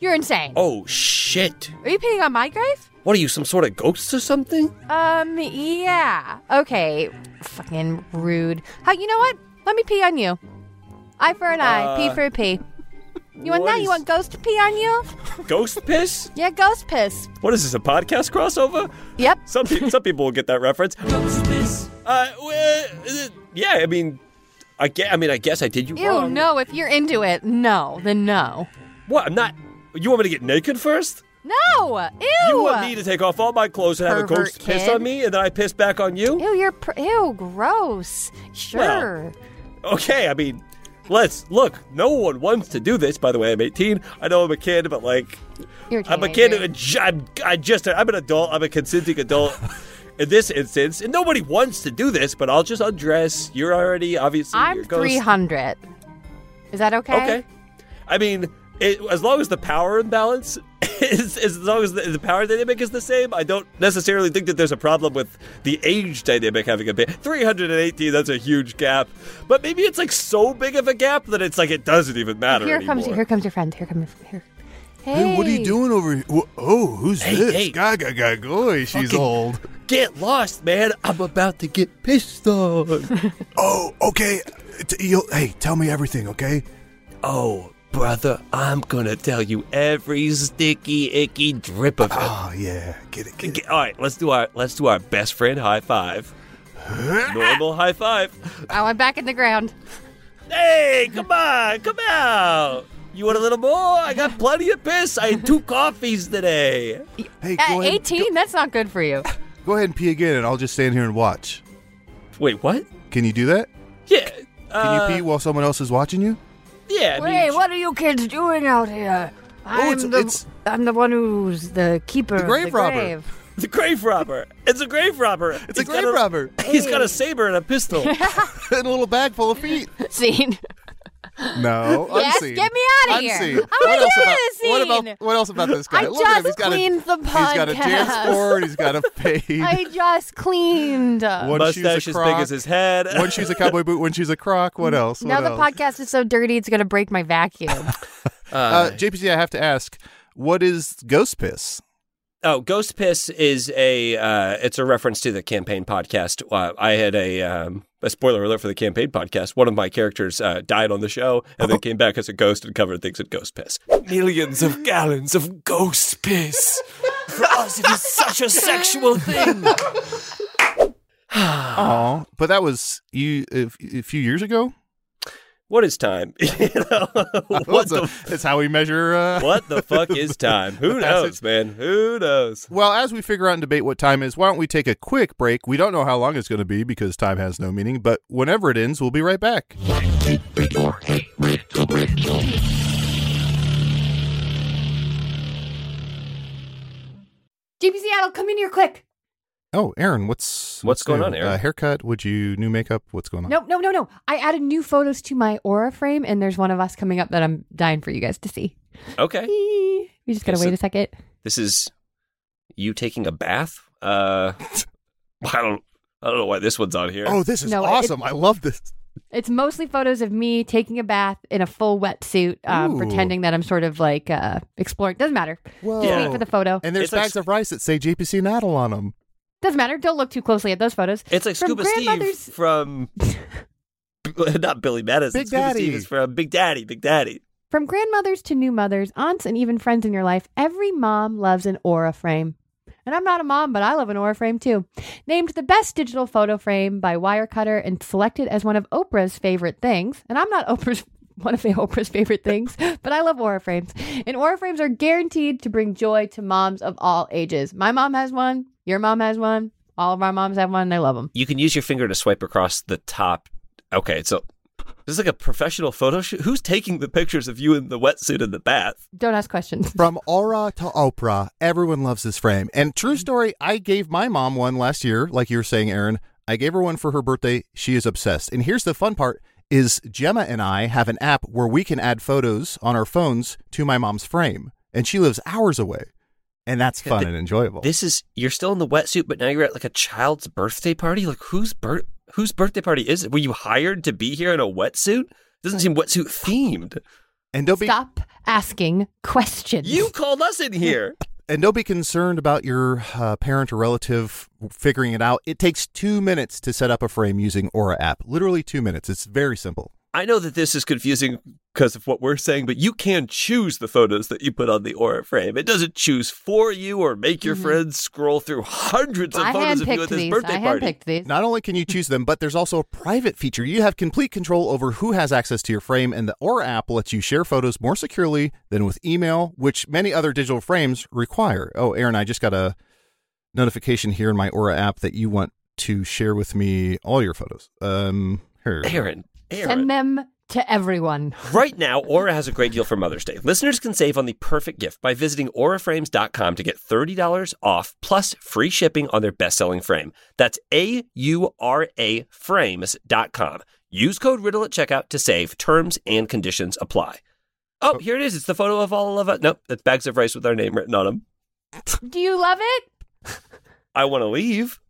[SPEAKER 4] You're insane.
[SPEAKER 3] oh shit!
[SPEAKER 4] Are you peeing on my grave?
[SPEAKER 3] What are you, some sort of ghost or something?
[SPEAKER 4] Um, yeah. Okay. Fucking rude. How you know what? Let me pee on you. Eye for an eye, pee for a pee. You want
[SPEAKER 3] what
[SPEAKER 4] that?
[SPEAKER 3] is-
[SPEAKER 4] You want ghost pee on you?
[SPEAKER 3] Ghost piss?
[SPEAKER 4] Yeah, ghost piss.
[SPEAKER 3] What is this, a podcast crossover?
[SPEAKER 4] Yep.
[SPEAKER 3] Some, pe- some people will get that reference. Ghost piss? Uh, well, uh, yeah, I mean, I, guess, I mean, I guess I did you
[SPEAKER 4] Ew,
[SPEAKER 3] wrong.
[SPEAKER 4] no, if you're into it, no, then no.
[SPEAKER 3] What, I'm not, you want me to get naked first?
[SPEAKER 4] No! Ew!
[SPEAKER 3] You want me to take off all my clothes and have a
[SPEAKER 4] Pervert
[SPEAKER 3] ghost piss
[SPEAKER 4] kid.
[SPEAKER 3] on me and then I piss back on you?
[SPEAKER 4] Ew, you're pr- ew, gross. Sure.
[SPEAKER 3] Okay, I mean, let's, look, no one wants to do this. By the way, I'm 18. I know I'm a kid, but like,
[SPEAKER 4] you're a
[SPEAKER 3] I'm a kid.
[SPEAKER 4] teenager.
[SPEAKER 3] And a j- I'm, I just. I'm an adult. I'm a consenting adult. In this instance, and nobody wants to do this, but I'll just undress. You're already obviously.
[SPEAKER 4] I'm
[SPEAKER 3] you're a ghost.
[SPEAKER 4] 300. Is that okay?
[SPEAKER 3] Okay. I mean, it, as long as the power imbalance is, is as long as the, the power dynamic is the same, I don't necessarily think that there's a problem with the age dynamic having a bit. 318, that's a huge gap. But maybe it's like so big of a gap that it's like it doesn't even matter
[SPEAKER 4] Here
[SPEAKER 3] anymore.
[SPEAKER 4] comes here comes your friend. Here comes here. Hey,
[SPEAKER 2] Hey, what are you doing over here? Wh- Oh, who's this?
[SPEAKER 3] hey.
[SPEAKER 2] Gaga Gagoy, she's
[SPEAKER 3] Fucking-
[SPEAKER 2] old.
[SPEAKER 3] Get lost, man. I'm about to get pissed on.
[SPEAKER 2] Oh, okay. T- you'll- hey, tell me everything, okay?
[SPEAKER 3] Oh, brother, I'm gonna tell you every sticky, icky drip of it.
[SPEAKER 2] Oh, yeah. Get it, get
[SPEAKER 3] Okay, All right, let's do our let's do our best friend high five. Normal high five.
[SPEAKER 4] I went back in the ground.
[SPEAKER 3] Hey, come on, come out. You want a little more? I got plenty of piss. I had two coffees today.
[SPEAKER 2] Hey,
[SPEAKER 4] At
[SPEAKER 2] go ahead,
[SPEAKER 4] 18, that's not good for you.
[SPEAKER 2] go ahead and pee again, and I'll just stand here and watch.
[SPEAKER 3] Wait, what?
[SPEAKER 2] Can you do that?
[SPEAKER 3] Yeah.
[SPEAKER 2] Can
[SPEAKER 3] uh,
[SPEAKER 2] you pee while someone else is watching you?
[SPEAKER 3] Yeah. I mean,
[SPEAKER 6] Hey, what are you kids doing out here? I'm
[SPEAKER 2] it's-
[SPEAKER 6] the
[SPEAKER 2] it's-
[SPEAKER 6] I'm the one who's the keeper
[SPEAKER 2] The grave
[SPEAKER 6] of the
[SPEAKER 2] robber.
[SPEAKER 6] grave.
[SPEAKER 3] It's a grave robber. It's a grave robber. It's got
[SPEAKER 2] robber
[SPEAKER 3] He's got a saber and a pistol.
[SPEAKER 2] and a little bag full of feet.
[SPEAKER 4] Scene.
[SPEAKER 2] No,
[SPEAKER 4] Yes,
[SPEAKER 2] unseen.
[SPEAKER 4] get me outta here.
[SPEAKER 2] Unseen.
[SPEAKER 4] I wanna
[SPEAKER 2] else
[SPEAKER 4] hear
[SPEAKER 2] about,
[SPEAKER 4] the
[SPEAKER 2] What
[SPEAKER 4] scene.
[SPEAKER 2] about what else about this guy?
[SPEAKER 4] I
[SPEAKER 2] Look at him.
[SPEAKER 4] just
[SPEAKER 2] He's got
[SPEAKER 4] cleaned
[SPEAKER 2] a,
[SPEAKER 4] the
[SPEAKER 2] He's got a dance
[SPEAKER 4] podcast.
[SPEAKER 2] floor. He's got a fade.
[SPEAKER 4] I just cleaned.
[SPEAKER 2] One shoe's a
[SPEAKER 3] Mustache as big
[SPEAKER 2] croc.
[SPEAKER 3] as his head.
[SPEAKER 2] One shoe's a cowboy boot. One shoe's a croc. What else? What
[SPEAKER 4] now the
[SPEAKER 2] else?
[SPEAKER 4] podcast is so dirty it's gonna break my vacuum.
[SPEAKER 2] Uh, JPC, I have to ask, what is ghost piss?
[SPEAKER 3] Oh, Ghost Piss is a uh, it's a reference to the campaign podcast. Uh, I had a um, a spoiler alert for the campaign podcast. One of my characters uh, died on the show and then came back as a ghost and covered things in ghost piss. Oh. Millions of gallons of ghost piss. For us, it is such a sexual thing.
[SPEAKER 2] Aw, but that was you a, a few years ago.
[SPEAKER 3] What is time? you know, what
[SPEAKER 2] That's a-
[SPEAKER 3] the
[SPEAKER 2] that's how we measure. Uh,
[SPEAKER 3] what the fuck is time? Who knows,
[SPEAKER 2] passage-
[SPEAKER 3] man? Who knows?
[SPEAKER 2] Well, as we figure out and debate what time is, why don't we take a quick break? We don't know how long it's going to be because time has no meaning. But whenever it ends, we'll be right back.
[SPEAKER 4] JP Seattle, come in here quick.
[SPEAKER 2] Oh, Aaron, what's
[SPEAKER 3] What's going
[SPEAKER 2] new?
[SPEAKER 3] on, Aaron?
[SPEAKER 2] Uh, haircut? Would you new makeup? What's going on?
[SPEAKER 4] No, no, no, no. I added new photos to my aura frame, and there's one of us coming up that I'm dying for you guys to see.
[SPEAKER 3] Okay,
[SPEAKER 4] We just gotta
[SPEAKER 3] Okay, so-
[SPEAKER 4] wait a second.
[SPEAKER 3] this is you taking a bath. Uh, I don't. I don't know why this one's on here.
[SPEAKER 2] Oh, this is
[SPEAKER 4] No, it-
[SPEAKER 2] awesome! I love this.
[SPEAKER 4] It's mostly photos of me taking a bath in a full wetsuit, um,
[SPEAKER 2] Ooh.
[SPEAKER 4] pretending that I'm sort of like uh, exploring. Doesn't matter.
[SPEAKER 2] Whoa!
[SPEAKER 4] Just wait for the photo.
[SPEAKER 2] And there's
[SPEAKER 3] It's like-
[SPEAKER 2] bags of rice that say JPC Natal on them.
[SPEAKER 4] Doesn't matter. Don't look too closely at those photos.
[SPEAKER 3] It's like
[SPEAKER 4] From
[SPEAKER 3] Scuba Steve
[SPEAKER 4] grandmother's-
[SPEAKER 3] from not Billy Madison.
[SPEAKER 2] Big
[SPEAKER 3] Scuba
[SPEAKER 2] Daddy.
[SPEAKER 3] Steve is from Big Daddy. Big Daddy.
[SPEAKER 7] From grandmothers to new mothers, aunts, and even friends in your life, every mom loves an aura frame. And I'm not a mom, but I love an aura frame too. Named the best digital photo frame by Wirecutter and selected as one of Oprah's favorite things. And I'm not Oprah's one of Oprah's favorite things, but I love aura frames. And aura frames are guaranteed to bring joy to moms of all ages. My mom has one, your mom has one, all of our moms have one, and I love them.
[SPEAKER 3] You can use your finger to swipe across the top. Okay, so
[SPEAKER 8] This is like a professional photo shoot. Who's taking the pictures of you in the wetsuit in the bath?
[SPEAKER 7] Don't ask questions.
[SPEAKER 2] From aura to Oprah, everyone loves this frame. And
[SPEAKER 3] Mm-hmm.
[SPEAKER 2] true story, I gave my mom one last year, like you were saying, Aaron. I gave her one for her birthday. She is obsessed. And here's the fun part is Gemma and I have an app where we can add photos on our phones to my mom's frame. And she lives hours away. And that's
[SPEAKER 3] Yeah,
[SPEAKER 2] fun
[SPEAKER 3] th-
[SPEAKER 2] and enjoyable.
[SPEAKER 3] this is you're still in the wetsuit, but now you're at like a child's birthday party. Like whose bir- whose birthday party is it? Were you hired to be here in a wetsuit? Doesn't seem wetsuit themed.
[SPEAKER 2] and don't be
[SPEAKER 7] Stop asking questions.
[SPEAKER 8] You called us in here.
[SPEAKER 2] And don't be concerned about your uh, parent or relative figuring it out. It takes two minutes to set up a frame using Aura app. Literally two minutes. It's very simple.
[SPEAKER 8] I know that this is confusing because of what we're saying, but you can choose the photos that you put on the Aura frame. It doesn't choose for you or make your friends scroll through hundreds of
[SPEAKER 4] Mm-hmm. I
[SPEAKER 8] photos of you
[SPEAKER 4] handpicked
[SPEAKER 8] at this
[SPEAKER 4] these.
[SPEAKER 8] birthday
[SPEAKER 4] I
[SPEAKER 8] party.
[SPEAKER 4] handpicked these.
[SPEAKER 2] Not only can you choose them, but there's also a private feature. You have complete control over who has access to your frame, and the Aura app lets you share photos more securely than with email, which many other digital frames require. Oh, Aaron, I just got a notification here in my Aura app that you want to share with me all your photos. Um, here.
[SPEAKER 3] Aaron,
[SPEAKER 4] Send
[SPEAKER 3] Aaron.
[SPEAKER 4] them to everyone.
[SPEAKER 3] Right now, Aura has a great deal for Mother's Day. Listeners can save on the perfect gift by visiting auraframes.com to get $30 off plus free shipping on their best-selling frame. That's a u r a frames.com. Use code riddle at checkout to save. Terms and conditions apply. Oh, here it is. It's the photo of all of us. Nope, it's bags of rice with our name written on them.
[SPEAKER 4] Do you love it?
[SPEAKER 8] I want to leave.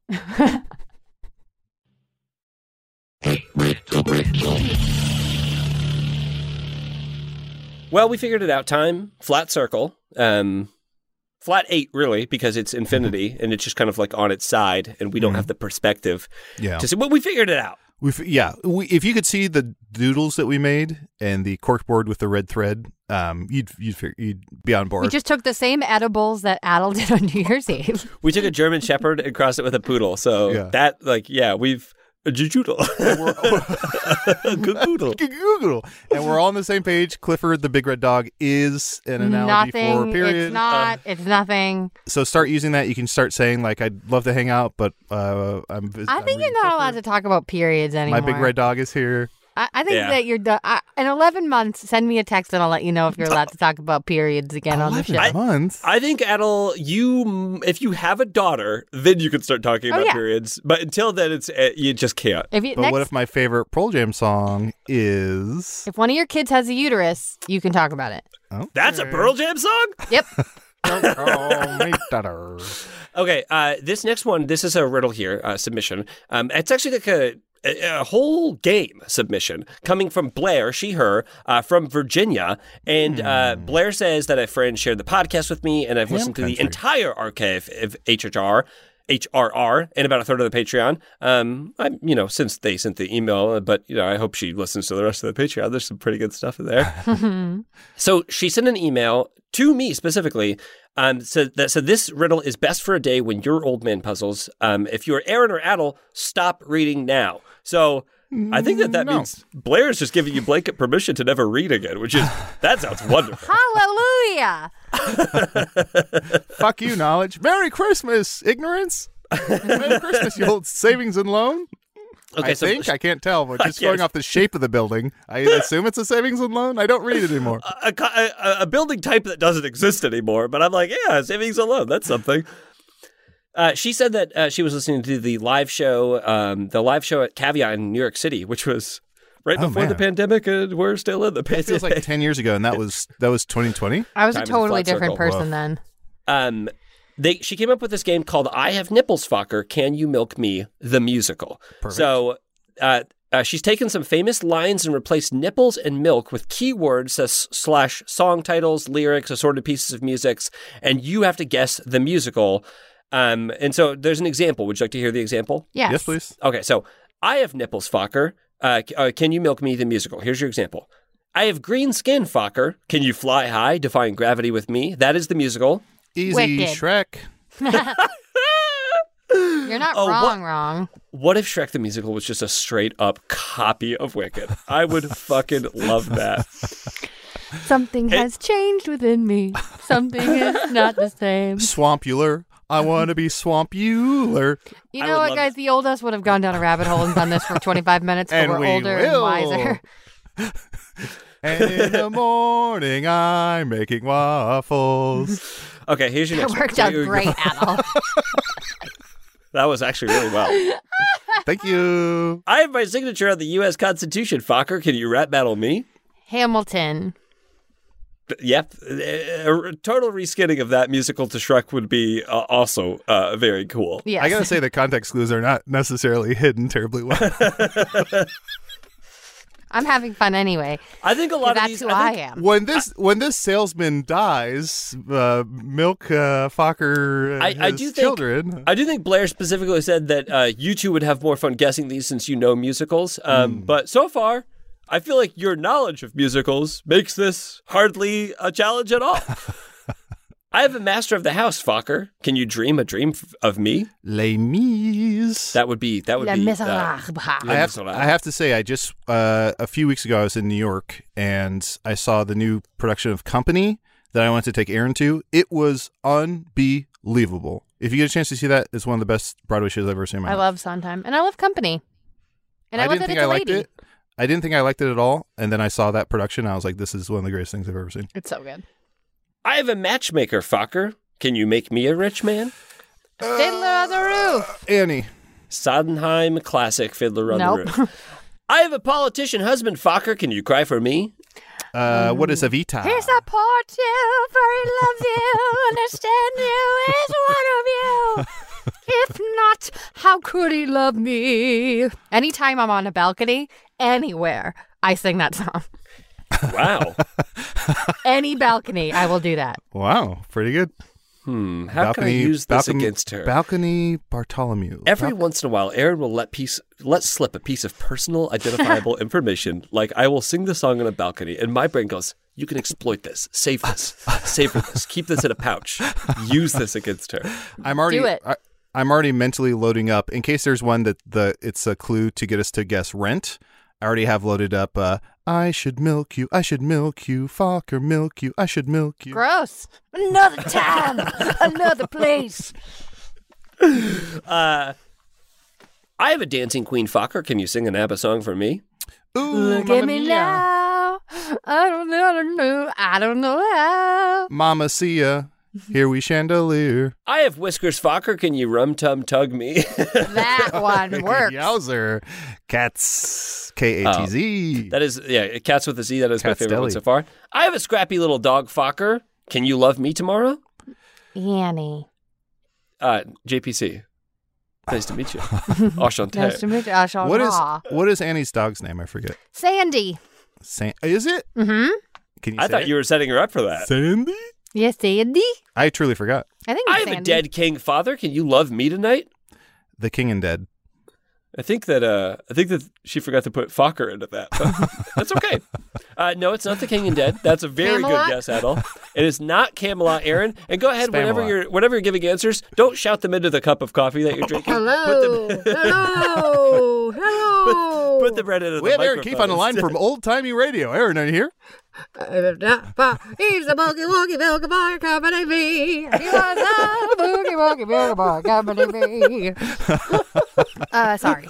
[SPEAKER 3] Well, we figured it out. Time, flat circle, um, flat eight, really, because it's infinity and it's just kind of like on its side, and we don't have the perspective
[SPEAKER 2] Yeah.
[SPEAKER 3] to say, well, we figured it out.
[SPEAKER 2] We have yeah, we, if you could see the doodles that we made and the corkboard with the red thread, um, you'd you'd fig- you'd be on board.
[SPEAKER 4] We just took the same edibles that Adel did on New Year's Eve.
[SPEAKER 3] We took a German Shepherd and crossed it with a poodle. So
[SPEAKER 2] Yeah.
[SPEAKER 3] that, like, yeah, we've. a Judoodle. Good poodle.
[SPEAKER 2] Google, and we're all on the same page. Clifford the big red dog is an analogy
[SPEAKER 4] nothing.
[SPEAKER 2] for period. Uh,
[SPEAKER 4] It's not. it's nothing.
[SPEAKER 2] so start using that. You can start saying like, "I'd love to hang out, but uh, I'm." vis-
[SPEAKER 4] I
[SPEAKER 2] I'm
[SPEAKER 4] think you're
[SPEAKER 2] reading
[SPEAKER 4] not allowed
[SPEAKER 2] Clifford.
[SPEAKER 4] to talk about periods anymore.
[SPEAKER 2] My big red dog is here.
[SPEAKER 4] I, I think
[SPEAKER 3] Yeah.
[SPEAKER 4] that you're done. I, in 11 months, send me a text and I'll let you know if you're allowed to talk about periods again on the
[SPEAKER 2] Eleven
[SPEAKER 4] show.
[SPEAKER 2] months.
[SPEAKER 8] I think Adel, you mm, if you have a daughter, then you can start talking
[SPEAKER 4] Oh,
[SPEAKER 8] about
[SPEAKER 4] yeah.
[SPEAKER 8] periods. But until then, it's uh, you just can't.
[SPEAKER 4] if you,
[SPEAKER 2] but
[SPEAKER 4] next,
[SPEAKER 2] what
[SPEAKER 4] if,
[SPEAKER 2] if my favorite Pearl Jam song is?
[SPEAKER 4] one of your kids has a uterus, you can talk about it.
[SPEAKER 8] That's a Pearl Jam song.
[SPEAKER 4] Yep.
[SPEAKER 2] oh, my daughter.
[SPEAKER 3] Okay, uh, this next one, this is a riddle here uh, submission. Um, it's actually like a, a, a whole game submission coming from Blair, she, her, uh, from Virginia. And uh, Blair says that a friend shared the podcast with me, and I've
[SPEAKER 2] Hmm. Ham
[SPEAKER 3] listened to the
[SPEAKER 2] country.
[SPEAKER 3] entire archive of HHR. HRR and about a third of the Patreon. Um, I, you know, since they sent the email, but you know, I hope she listens to the rest of the Patreon. There's some pretty good stuff in there. So she sent an email to me specifically. Um, so that so this riddle is best for a day when you're old man puzzles. Um, if you're Aaron or Adel, stop reading now. So I think that that
[SPEAKER 2] No.
[SPEAKER 8] means Blair's just giving you blanket permission to never read again, which is that sounds wonderful.
[SPEAKER 4] Hallelujah.
[SPEAKER 2] Fuck you, knowledge. Merry Christmas, ignorance. Merry Christmas, you old savings and loan. I think I can't tell, but just going
[SPEAKER 8] can't-
[SPEAKER 2] off the shape of the building, I assume it's a savings and loan. I don't read it anymore.
[SPEAKER 8] a, co- a, a- a building type that doesn't exist anymore. But I'm like, yeah, savings alone. That's something.
[SPEAKER 3] Uh, she said that uh, she was listening to the live show, um, the live show at Caveat in New York City, which was right
[SPEAKER 2] Oh,
[SPEAKER 3] before the
[SPEAKER 2] man.
[SPEAKER 3] pandemic, and we're still in the
[SPEAKER 2] It feels like
[SPEAKER 3] pandemic.
[SPEAKER 2] ten years ago, and that was that was 2020.
[SPEAKER 4] I was
[SPEAKER 3] Time
[SPEAKER 4] a
[SPEAKER 3] is a
[SPEAKER 4] totally
[SPEAKER 3] flat
[SPEAKER 4] different
[SPEAKER 3] circle.
[SPEAKER 4] person
[SPEAKER 2] Woof.
[SPEAKER 4] then.
[SPEAKER 3] um, they she came up with this game called "I Have Nipples, Fokker. Can you milk me?" The musical.
[SPEAKER 2] Perfect.
[SPEAKER 3] So uh, uh, she's taken some famous lines and replaced nipples and milk with keywords as slash song titles, lyrics, assorted pieces of music, and you have to guess the musical. Um, and so there's an example. Would you like to hear the example?
[SPEAKER 4] Yes.
[SPEAKER 2] Yes, please.
[SPEAKER 3] Okay, so I have nipples, Fokker. Uh, c- uh, can you milk me? The musical. Here's your example. I have green skin, Fokker. Can you fly high, defying gravity with me? That is the musical.
[SPEAKER 2] Easy
[SPEAKER 4] Wicked.
[SPEAKER 2] Shrek.
[SPEAKER 4] You're not
[SPEAKER 3] Oh,
[SPEAKER 4] wrong,
[SPEAKER 3] what-
[SPEAKER 4] wrong.
[SPEAKER 3] What if Shrek the Musical was just a straight up copy of Wicked? I would fucking love that.
[SPEAKER 7] Something has changed within me. Something is not the same.
[SPEAKER 2] Swampular. I want to be Swampular.
[SPEAKER 4] You
[SPEAKER 3] I
[SPEAKER 4] know
[SPEAKER 3] would
[SPEAKER 4] what,
[SPEAKER 3] love
[SPEAKER 4] guys? The old us would have gone down a rabbit hole and done this for 25 minutes, but
[SPEAKER 2] And
[SPEAKER 4] we're
[SPEAKER 2] we
[SPEAKER 4] older and
[SPEAKER 2] will.
[SPEAKER 4] wiser.
[SPEAKER 2] And in the morning, I'm making waffles.
[SPEAKER 3] Okay, here's your
[SPEAKER 4] It
[SPEAKER 3] next one.
[SPEAKER 4] worked out
[SPEAKER 3] Here we go.
[SPEAKER 4] great, Adel.
[SPEAKER 3] That was actually really well.
[SPEAKER 2] Thank you.
[SPEAKER 3] I have my signature on the U.S. Constitution, Fokker. Can you rap battle me?
[SPEAKER 4] Hamilton.
[SPEAKER 3] Yep. Uh, A total reskinning of that musical to Shrek would be uh, also uh, very cool.
[SPEAKER 4] Yes.
[SPEAKER 2] I gotta say, the context clues are not necessarily hidden terribly well.
[SPEAKER 4] I'm having fun anyway.
[SPEAKER 3] I think a lot of
[SPEAKER 4] That's
[SPEAKER 3] these.
[SPEAKER 4] who
[SPEAKER 3] I
[SPEAKER 4] I,
[SPEAKER 3] think-
[SPEAKER 4] am.
[SPEAKER 2] when this when this salesman dies, uh, milk uh, Fokker and
[SPEAKER 3] I- I
[SPEAKER 2] his
[SPEAKER 3] do think-
[SPEAKER 2] children.
[SPEAKER 3] I do think Blair specifically said that uh, you two would have more fun guessing these since you know musicals. Um, But so far, I feel like your knowledge of musicals makes this hardly a challenge at all. I have a master of the house, Fokker. Can you dream a dream f- of me?
[SPEAKER 2] Les Mis.
[SPEAKER 3] That would be that would
[SPEAKER 4] La
[SPEAKER 3] be. uh,
[SPEAKER 4] Miserable.
[SPEAKER 2] I have,
[SPEAKER 3] Minnesota.
[SPEAKER 2] I have to say, I just uh, a few weeks ago I was in New York and I saw the new production of Company that I wanted to take Aaron to. It was unbelievable. If you get a chance to see that, it's one of the best Broadway shows I've ever seen. in my
[SPEAKER 4] I
[SPEAKER 2] life.
[SPEAKER 4] love Sondheim. And I love company. And I, love
[SPEAKER 2] didn't
[SPEAKER 4] that
[SPEAKER 2] think
[SPEAKER 4] it's a
[SPEAKER 2] I liked
[SPEAKER 4] lady.
[SPEAKER 2] it. I didn't think I liked it at all, and then I saw that production. I was like, "This is one of the greatest things I've ever seen."
[SPEAKER 4] It's so good.
[SPEAKER 3] I have a matchmaker, Fokker. Can you make me a rich man?
[SPEAKER 4] Fiddler on the Roof.
[SPEAKER 2] Annie,
[SPEAKER 3] Sondheim classic Fiddler on
[SPEAKER 4] Nope.
[SPEAKER 3] the Roof. I have a politician husband, Fokker. Can you cry for me?
[SPEAKER 2] uh, what is Evita?
[SPEAKER 4] Mm. Here's a poor tale, for he loves you, understand you, is one of you. If not, how could he love me? Anytime I'm on a balcony, anywhere, I sing that song.
[SPEAKER 3] Wow.
[SPEAKER 4] Any balcony, I will do that.
[SPEAKER 2] Wow, pretty good.
[SPEAKER 3] Hmm. How can I use this against her?
[SPEAKER 2] Balcony Bartholomew.
[SPEAKER 3] Every once in a while, Aaron will let piece let slip a piece of personal identifiable information. Like I will sing the song on a balcony, and my brain goes, "You can exploit this, save this, savor this, keep this in a pouch, use this against her."
[SPEAKER 2] I'm already
[SPEAKER 4] Do it.
[SPEAKER 2] I, I'm already mentally loading up in case there's one that the it's a clue to get us to guess rent. I already have loaded up. Uh, I should milk you. I should milk you. Fokker milk you. I should milk you.
[SPEAKER 4] Gross.
[SPEAKER 9] Another time, another place.
[SPEAKER 3] Uh, I have a dancing queen, Fokker. Can you sing an ABBA song for me?
[SPEAKER 2] Ooh,
[SPEAKER 4] Look
[SPEAKER 2] Mamma
[SPEAKER 4] at me
[SPEAKER 2] Mia.
[SPEAKER 4] now. I don't know, I don't know, I don't know how.
[SPEAKER 2] Mama Sia.
[SPEAKER 4] Mm-hmm.
[SPEAKER 2] Here we chandelier.
[SPEAKER 3] I have whiskers, Fokker. Can you rum tum tug me?
[SPEAKER 4] That one works.
[SPEAKER 2] Yowzer. Cats. K A T Z.
[SPEAKER 3] that is, yeah, cats with a Z. That is
[SPEAKER 2] Cat's
[SPEAKER 3] my favorite one
[SPEAKER 2] Deli.
[SPEAKER 3] so far. I have a scrappy little dog, Fokker. Can you love me tomorrow?
[SPEAKER 4] Annie.
[SPEAKER 3] Uh, JPC. Nice to meet you. Enchanté.
[SPEAKER 4] Nice to meet you. I shall
[SPEAKER 2] What is
[SPEAKER 4] draw.
[SPEAKER 2] what is Annie's dog's name? I forget.
[SPEAKER 4] Sandy.
[SPEAKER 2] San- is it?
[SPEAKER 4] Mm-hmm.
[SPEAKER 2] Can you?
[SPEAKER 3] I
[SPEAKER 2] say
[SPEAKER 3] thought
[SPEAKER 2] it?
[SPEAKER 3] you were setting her up for that.
[SPEAKER 2] Sandy.
[SPEAKER 4] Yes, Sandy.
[SPEAKER 2] I truly forgot.
[SPEAKER 4] I think it's
[SPEAKER 3] I am
[SPEAKER 4] Sandy.
[SPEAKER 3] a dead king, father. Can you love me tonight?
[SPEAKER 2] The King and Dead.
[SPEAKER 3] I think that uh, I think that she forgot to put Fokker into that. but that's okay. Uh, no, it's not the King and Dead. That's a very
[SPEAKER 4] Camelot?
[SPEAKER 3] good guess, Adel. It is not Camelot, Aaron. And go ahead whenever
[SPEAKER 2] Spamalot.
[SPEAKER 3] you're whenever you're giving answers. Don't shout them into the cup of coffee that you're drinking.
[SPEAKER 9] Hello, hello, hello.
[SPEAKER 3] Put the bread into the
[SPEAKER 2] We have Aaron Keefe
[SPEAKER 3] microphone
[SPEAKER 2] on the line
[SPEAKER 3] instead.
[SPEAKER 2] from Old Timey Radio. Aaron, are you here?
[SPEAKER 9] He's a boogie woogie boogie bar company me.
[SPEAKER 4] He was a boogie woogie boogie bar company bee. uh, sorry.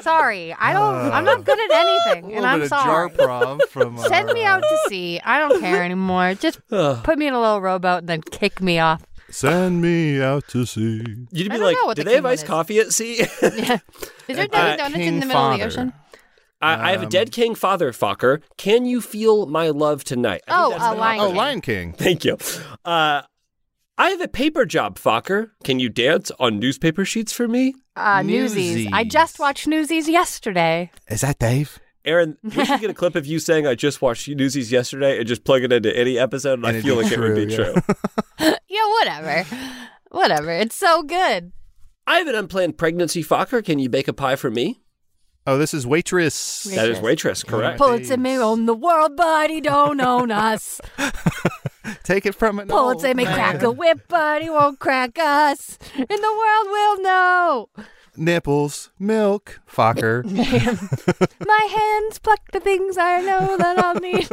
[SPEAKER 4] Sorry.
[SPEAKER 3] Uh.
[SPEAKER 4] I don't. I'm not good at anything, and I'm sorry.
[SPEAKER 2] prov from. uh,
[SPEAKER 4] Send me out to sea. I don't care anymore. Just put me in a little rowboat and then kick me off.
[SPEAKER 2] Send me out to sea.
[SPEAKER 3] You'd
[SPEAKER 4] I
[SPEAKER 3] be
[SPEAKER 4] don't
[SPEAKER 3] like,
[SPEAKER 4] know what
[SPEAKER 3] do
[SPEAKER 4] the
[SPEAKER 3] they have
[SPEAKER 4] king one
[SPEAKER 3] iced
[SPEAKER 4] is."
[SPEAKER 3] coffee at sea?
[SPEAKER 4] Yeah. Is there Dunkin' Donuts in the middle of the ocean?
[SPEAKER 3] I, I
[SPEAKER 4] Um,
[SPEAKER 3] have a dead king, father, Fokker. Can you feel my love tonight? I think
[SPEAKER 4] Oh,
[SPEAKER 3] that's
[SPEAKER 4] a
[SPEAKER 3] the-
[SPEAKER 4] lion.
[SPEAKER 2] Oh, Lion King.
[SPEAKER 3] Thank you. Uh, I have a paper job, Fokker. Can you dance on newspaper sheets for me?
[SPEAKER 4] Uh, Newsies. I
[SPEAKER 2] Newsies.
[SPEAKER 4] just watched Newsies yesterday.
[SPEAKER 2] Is that Dave?
[SPEAKER 3] Aaron, we should get a clip of you saying, I just watched Newsies yesterday and just plug it into any episode, and, I
[SPEAKER 2] And it'd
[SPEAKER 3] feel
[SPEAKER 2] be
[SPEAKER 3] like it would
[SPEAKER 2] true,
[SPEAKER 3] be
[SPEAKER 2] yeah.
[SPEAKER 3] true.
[SPEAKER 4] Yeah, whatever. Whatever. It's so good.
[SPEAKER 3] I have an unplanned pregnancy, Fokker. Can you bake a pie for me?
[SPEAKER 2] Oh, this is waitress.
[SPEAKER 3] That is waitress, correct?
[SPEAKER 4] Pulitzer may own the world, but he don't own us.
[SPEAKER 2] Take it from an old
[SPEAKER 4] Pulitzer may
[SPEAKER 2] man.
[SPEAKER 4] crack a whip, but he won't crack us. And the world will know.
[SPEAKER 2] Nipples, milk, Fokker.
[SPEAKER 4] My hands pluck the things I know that I'll need.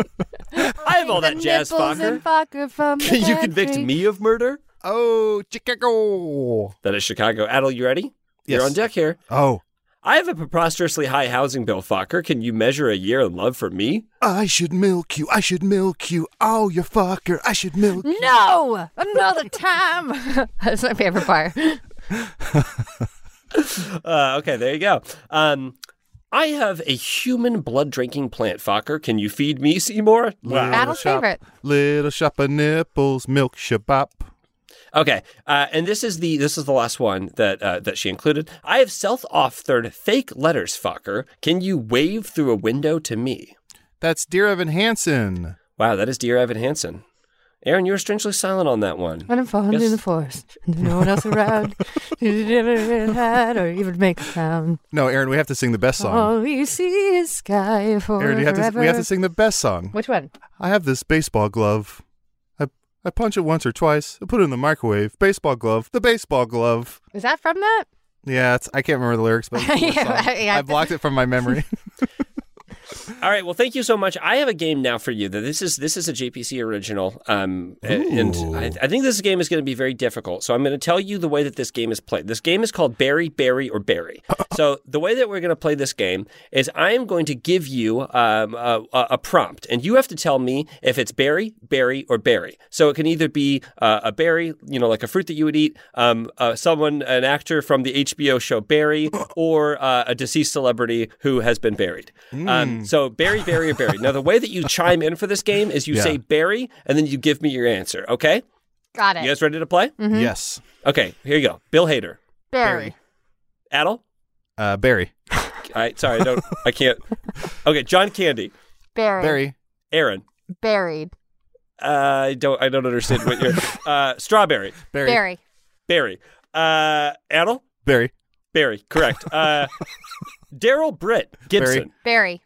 [SPEAKER 3] I have all
[SPEAKER 4] The
[SPEAKER 3] that jazz,
[SPEAKER 4] nipples
[SPEAKER 3] Fokker.
[SPEAKER 4] and Fokker from the
[SPEAKER 3] Can you convict
[SPEAKER 4] factory.
[SPEAKER 3] me of murder?
[SPEAKER 2] oh, Chicago.
[SPEAKER 3] That is Chicago. Adel, you ready? You're
[SPEAKER 2] Yes.
[SPEAKER 3] on deck here.
[SPEAKER 2] Oh,
[SPEAKER 3] I have a preposterously high housing bill, Fokker. Can you measure a year in love for me?
[SPEAKER 2] I should milk you. I should milk you. Oh, you fucker. I should milk.
[SPEAKER 4] No, another time. That's my favorite part.
[SPEAKER 3] Uh, okay, there you go. Um, I have a human blood drinking plant, Fokker. Can you feed me, Seymour? Wow.
[SPEAKER 4] Battle's
[SPEAKER 2] shop,
[SPEAKER 4] favorite.
[SPEAKER 2] Little shop of nipples, milk shabop.
[SPEAKER 3] Okay, uh, and this is the this is the last one that uh, that she included. I have self authored fake letters, Fokker. Can you wave through a window to me?
[SPEAKER 2] That's dear Evan Hansen.
[SPEAKER 3] Wow, that is dear Evan Hansen. Aaron, you were strangely silent on that one.
[SPEAKER 4] When I'm falling
[SPEAKER 3] Yes.
[SPEAKER 4] in the forest, and there's no one else around, you never even had or even make a sound.
[SPEAKER 2] No, Aaron, we have to sing the best song.
[SPEAKER 4] All we see is sky for
[SPEAKER 2] Aaron, you have to,
[SPEAKER 4] forever.
[SPEAKER 2] we have to sing the best song.
[SPEAKER 4] Which one?
[SPEAKER 2] I have this baseball glove. I I punch it once or twice. I put it in the microwave. Baseball glove. The baseball glove.
[SPEAKER 4] Is that from that?
[SPEAKER 2] Yeah, it's, I can't remember the lyrics, but it's a cool
[SPEAKER 4] Yeah,
[SPEAKER 2] song.
[SPEAKER 4] yeah.
[SPEAKER 2] I blocked it from my memory.
[SPEAKER 3] All right. Well, thank you so much. I have a game now for you. That this is this is a JPC original, um, a- and I, I think this game is going to be very difficult. So I'm going to tell you the way that this game is played. This game is called Berry, Berry, or Berry. so the way that we're going to play this game is I am going to give you um, a, a a prompt, and you have to tell me if it's berry, berry, or berry. So it can either be uh, a berry, you know, like a fruit that you would eat, um, uh, someone, an actor from the HBO show Barry, or uh, a deceased celebrity who has been buried. Um, so berry, berry, or berry. now the way that you chime in for this game is you
[SPEAKER 2] Yeah.
[SPEAKER 3] say berry, and then you give me your answer. Okay,
[SPEAKER 4] Got it.
[SPEAKER 3] you guys ready to play?
[SPEAKER 2] Mm.
[SPEAKER 4] Mm-hmm.
[SPEAKER 2] Yes.
[SPEAKER 3] Okay, here you go. Bill Hader,
[SPEAKER 4] Barry.
[SPEAKER 3] Adel.
[SPEAKER 2] Uh, Barry.
[SPEAKER 3] All right, sorry, I don't, I can't. Okay, John Candy,
[SPEAKER 4] Barry.
[SPEAKER 2] Barry.
[SPEAKER 3] Aaron.
[SPEAKER 4] Buried.
[SPEAKER 3] Uh, I don't, I don't understand what you're. Uh, strawberry.
[SPEAKER 2] Barry. Barry.
[SPEAKER 4] Barry.
[SPEAKER 3] Barry. Uh, Adel?
[SPEAKER 2] Barry.
[SPEAKER 3] Barry, correct. Uh, Daryl Britt Gibson.
[SPEAKER 4] Barry.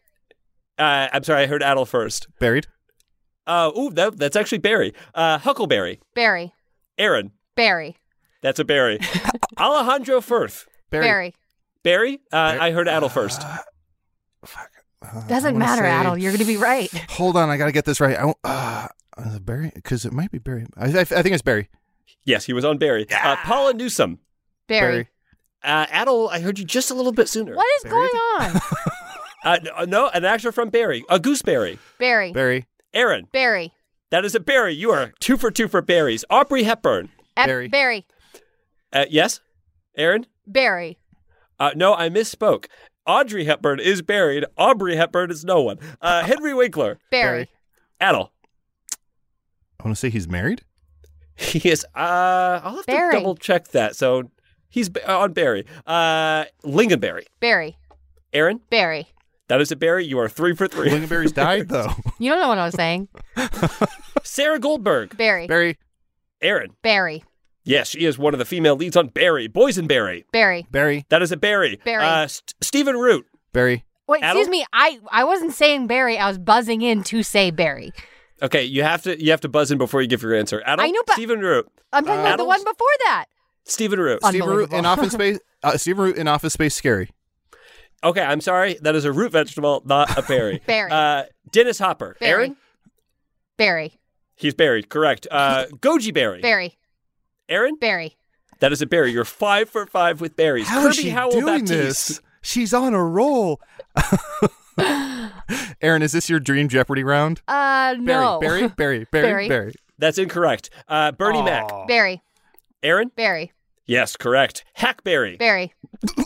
[SPEAKER 3] Uh, I'm sorry, I heard Adel first.
[SPEAKER 2] Buried.
[SPEAKER 3] Uh, ooh, that, that's actually Barry. Uh, Huckleberry.
[SPEAKER 4] Barry.
[SPEAKER 3] Aaron.
[SPEAKER 4] Barry.
[SPEAKER 3] That's a Barry. Alejandro Firth.
[SPEAKER 2] Barry.
[SPEAKER 4] Barry.
[SPEAKER 3] Barry? Uh, I heard Adel first.
[SPEAKER 4] Doesn't matter,
[SPEAKER 2] Uh, say-
[SPEAKER 4] Adel. You're going to be right.
[SPEAKER 2] Hold on, I gotta get this right. I won't, uh, is it Barry? Because it might be Barry. I, I, I think it's Barry.
[SPEAKER 3] Yes, he was on Barry. Uh, Paula Newsom.
[SPEAKER 4] Barry.
[SPEAKER 3] Uh, Adel, I heard you just a little bit sooner.
[SPEAKER 4] What is going on?
[SPEAKER 3] Uh, n- no, an actor from Barry. A gooseberry.
[SPEAKER 4] Barry.
[SPEAKER 2] Barry.
[SPEAKER 3] Aaron,
[SPEAKER 4] Barry.
[SPEAKER 3] that is a Barry. You are two for two for berries. Aubrey Hepburn.
[SPEAKER 4] Ep-
[SPEAKER 2] Barry.
[SPEAKER 4] Barry.
[SPEAKER 3] Uh, yes? Aaron?
[SPEAKER 4] Barry.
[SPEAKER 3] Uh, no, I misspoke. Audrey Hepburn is buried. Aubrey Hepburn is no one. Uh, Henry Winkler,
[SPEAKER 4] Barry.
[SPEAKER 3] Adel.
[SPEAKER 2] I want to say he's married.
[SPEAKER 3] He is. Uh, I'll have
[SPEAKER 4] Barry.
[SPEAKER 3] to double check that. So he's b- on Barry. Uh, Lingonberry.
[SPEAKER 4] Barry.
[SPEAKER 3] Aaron,
[SPEAKER 4] Barry.
[SPEAKER 3] that is a Barry. You are three for three.
[SPEAKER 2] Lingonberry's died though.
[SPEAKER 4] You don't know what I was saying.
[SPEAKER 3] Sarah Goldberg.
[SPEAKER 4] Barry.
[SPEAKER 2] Barry.
[SPEAKER 3] Aaron.
[SPEAKER 4] Barry.
[SPEAKER 3] Yes, she is one of the female leads on Barry. Boysenberry.
[SPEAKER 4] Barry.
[SPEAKER 2] Barry.
[SPEAKER 3] That is a Barry.
[SPEAKER 4] Barry.
[SPEAKER 3] Uh, St- Stephen Root.
[SPEAKER 2] Barry.
[SPEAKER 4] Wait,
[SPEAKER 3] Adel?
[SPEAKER 4] excuse me. I, I wasn't saying Barry. I was buzzing in to say Barry.
[SPEAKER 3] Okay, you have to you have to buzz in before you give your answer. Adel.
[SPEAKER 4] I know, but-
[SPEAKER 3] Stephen Root.
[SPEAKER 4] I'm talking about the
[SPEAKER 3] Adel's-
[SPEAKER 4] one before that.
[SPEAKER 3] Stephen Root.
[SPEAKER 2] Steve Root in
[SPEAKER 4] Unbelievable.
[SPEAKER 2] Office Space. Uh, Steve Root in Office Space. Scary.
[SPEAKER 3] Okay, I'm sorry. That is a root vegetable, not a berry.
[SPEAKER 4] Berry.
[SPEAKER 3] Uh, Dennis Hopper.
[SPEAKER 4] Barry.
[SPEAKER 3] Aaron?
[SPEAKER 4] Barry.
[SPEAKER 3] He's buried, correct. Uh, Goji berry.
[SPEAKER 4] Barry.
[SPEAKER 3] Aaron?
[SPEAKER 4] Barry.
[SPEAKER 3] That is a berry. You're five for five with berries.
[SPEAKER 2] How
[SPEAKER 3] Kirby
[SPEAKER 2] is she
[SPEAKER 3] Howell
[SPEAKER 2] doing
[SPEAKER 3] Baptiste.
[SPEAKER 2] this? She's on a roll. Aaron, is this your dream Jeopardy round?
[SPEAKER 4] Uh, no.
[SPEAKER 2] Barry, Barry, Barry, Barry,
[SPEAKER 4] Barry.
[SPEAKER 2] Barry.
[SPEAKER 3] That's incorrect. Uh, Bernie Mac.
[SPEAKER 4] Barry.
[SPEAKER 3] Aaron?
[SPEAKER 4] Barry.
[SPEAKER 3] Yes, correct. Hackberry.
[SPEAKER 4] Barry.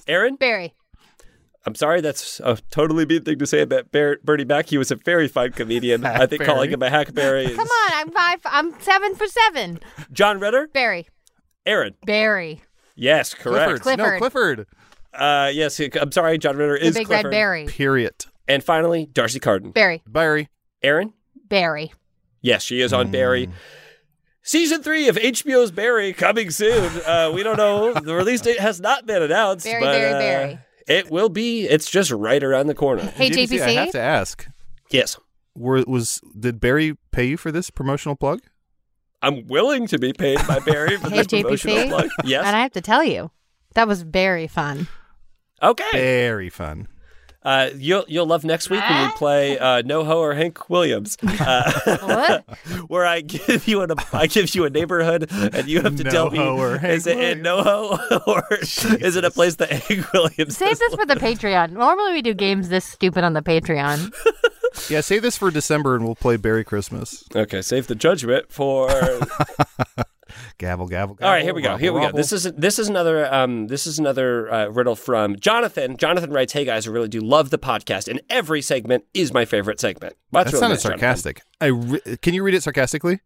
[SPEAKER 3] Aaron?
[SPEAKER 4] Barry.
[SPEAKER 3] I'm sorry, that's a totally mean thing to say about Ber- Bernie Mac. He was a very fine comedian. I think
[SPEAKER 2] Hackberry.
[SPEAKER 3] calling him a hackberry is.
[SPEAKER 4] Come on, I'm five. I'm seven for seven.
[SPEAKER 3] John Ritter?
[SPEAKER 4] Barry. Barry.
[SPEAKER 3] Aaron?
[SPEAKER 4] Barry.
[SPEAKER 3] Yes,
[SPEAKER 2] Clifford.
[SPEAKER 3] correct.
[SPEAKER 2] No,
[SPEAKER 4] Clifford.
[SPEAKER 2] Clifford.
[SPEAKER 3] Uh, yes, I'm sorry, John Ritter
[SPEAKER 4] The
[SPEAKER 3] is
[SPEAKER 4] big
[SPEAKER 3] Clifford.
[SPEAKER 4] red berry.
[SPEAKER 2] Period.
[SPEAKER 3] And finally, Darcy Carden.
[SPEAKER 4] Barry.
[SPEAKER 2] Barry.
[SPEAKER 3] Aaron?
[SPEAKER 4] Barry.
[SPEAKER 3] Yes, she is on Barry.
[SPEAKER 2] Mm.
[SPEAKER 3] Season three of HBO's Barry coming soon. Uh, we don't know. The release date has not been announced.
[SPEAKER 4] Barry,
[SPEAKER 3] but,
[SPEAKER 4] Barry,
[SPEAKER 3] uh,
[SPEAKER 4] Barry.
[SPEAKER 3] It will be. It's just right around the corner.
[SPEAKER 4] Hey,
[SPEAKER 2] JPC, I have
[SPEAKER 4] JPC.
[SPEAKER 2] to ask.
[SPEAKER 3] Yes.
[SPEAKER 2] Were, was did Barry pay you for this promotional plug?
[SPEAKER 3] I'm willing to be paid by Barry for
[SPEAKER 4] Hey,
[SPEAKER 3] this
[SPEAKER 4] JPC.
[SPEAKER 3] promotional plug.
[SPEAKER 4] And
[SPEAKER 3] Yes.
[SPEAKER 4] I have to tell you, that was very fun.
[SPEAKER 3] Okay.
[SPEAKER 2] Very fun.
[SPEAKER 3] Uh, you'll you'll love next week when we play uh, NoHo or Hank Williams, uh,
[SPEAKER 4] What?
[SPEAKER 3] where I give you an I give you a neighborhood and you have to tell me
[SPEAKER 2] NoHo or Hank
[SPEAKER 3] is it in NoHo or is it a place that Hank Williams?
[SPEAKER 4] Save
[SPEAKER 3] is?
[SPEAKER 4] this for the Patreon. Normally we do games this stupid on the Patreon.
[SPEAKER 2] Yeah, save this for December and we'll play Barry Christmas.
[SPEAKER 3] Okay, save the judgment for
[SPEAKER 2] Gavel, gavel, gavel.
[SPEAKER 3] All right, here we go.
[SPEAKER 2] Robble,
[SPEAKER 3] Here we go.
[SPEAKER 2] robble.
[SPEAKER 3] This is this is another um, this is another uh, riddle from Jonathan. Jonathan writes, "Hey guys, I really do love the podcast, and every segment is my favorite segment." Well,
[SPEAKER 2] that
[SPEAKER 3] that's really
[SPEAKER 2] sounded
[SPEAKER 3] nice,
[SPEAKER 2] sarcastic.
[SPEAKER 3] Jonathan.
[SPEAKER 2] I re- can you read it sarcastically?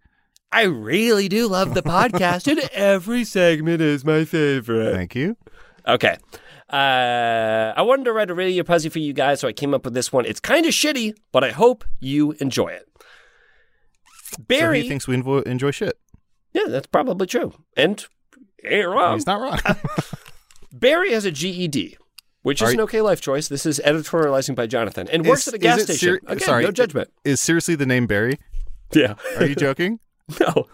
[SPEAKER 3] I really do love the podcast, and every segment is my favorite.
[SPEAKER 2] Thank you.
[SPEAKER 3] Okay. Uh, I wanted to write a radio puzzle for you guys, so I came up with this one. It's kind of shitty, but I hope you enjoy it.
[SPEAKER 2] So
[SPEAKER 3] Barry,
[SPEAKER 2] he thinks we envo- enjoy shit.
[SPEAKER 3] yeah, that's probably true, and ain't wrong.
[SPEAKER 2] He's not wrong.
[SPEAKER 3] Barry has a GED, which
[SPEAKER 2] Are
[SPEAKER 3] is
[SPEAKER 2] you-
[SPEAKER 3] an okay life choice. This is editorializing by Jonathan and works
[SPEAKER 2] Is-
[SPEAKER 3] at a gas
[SPEAKER 2] is it
[SPEAKER 3] station.
[SPEAKER 2] ser-
[SPEAKER 3] Again,
[SPEAKER 2] sorry.
[SPEAKER 3] no judgment.
[SPEAKER 2] is seriously the name Barry?
[SPEAKER 3] Yeah.
[SPEAKER 2] Are you joking?
[SPEAKER 3] No.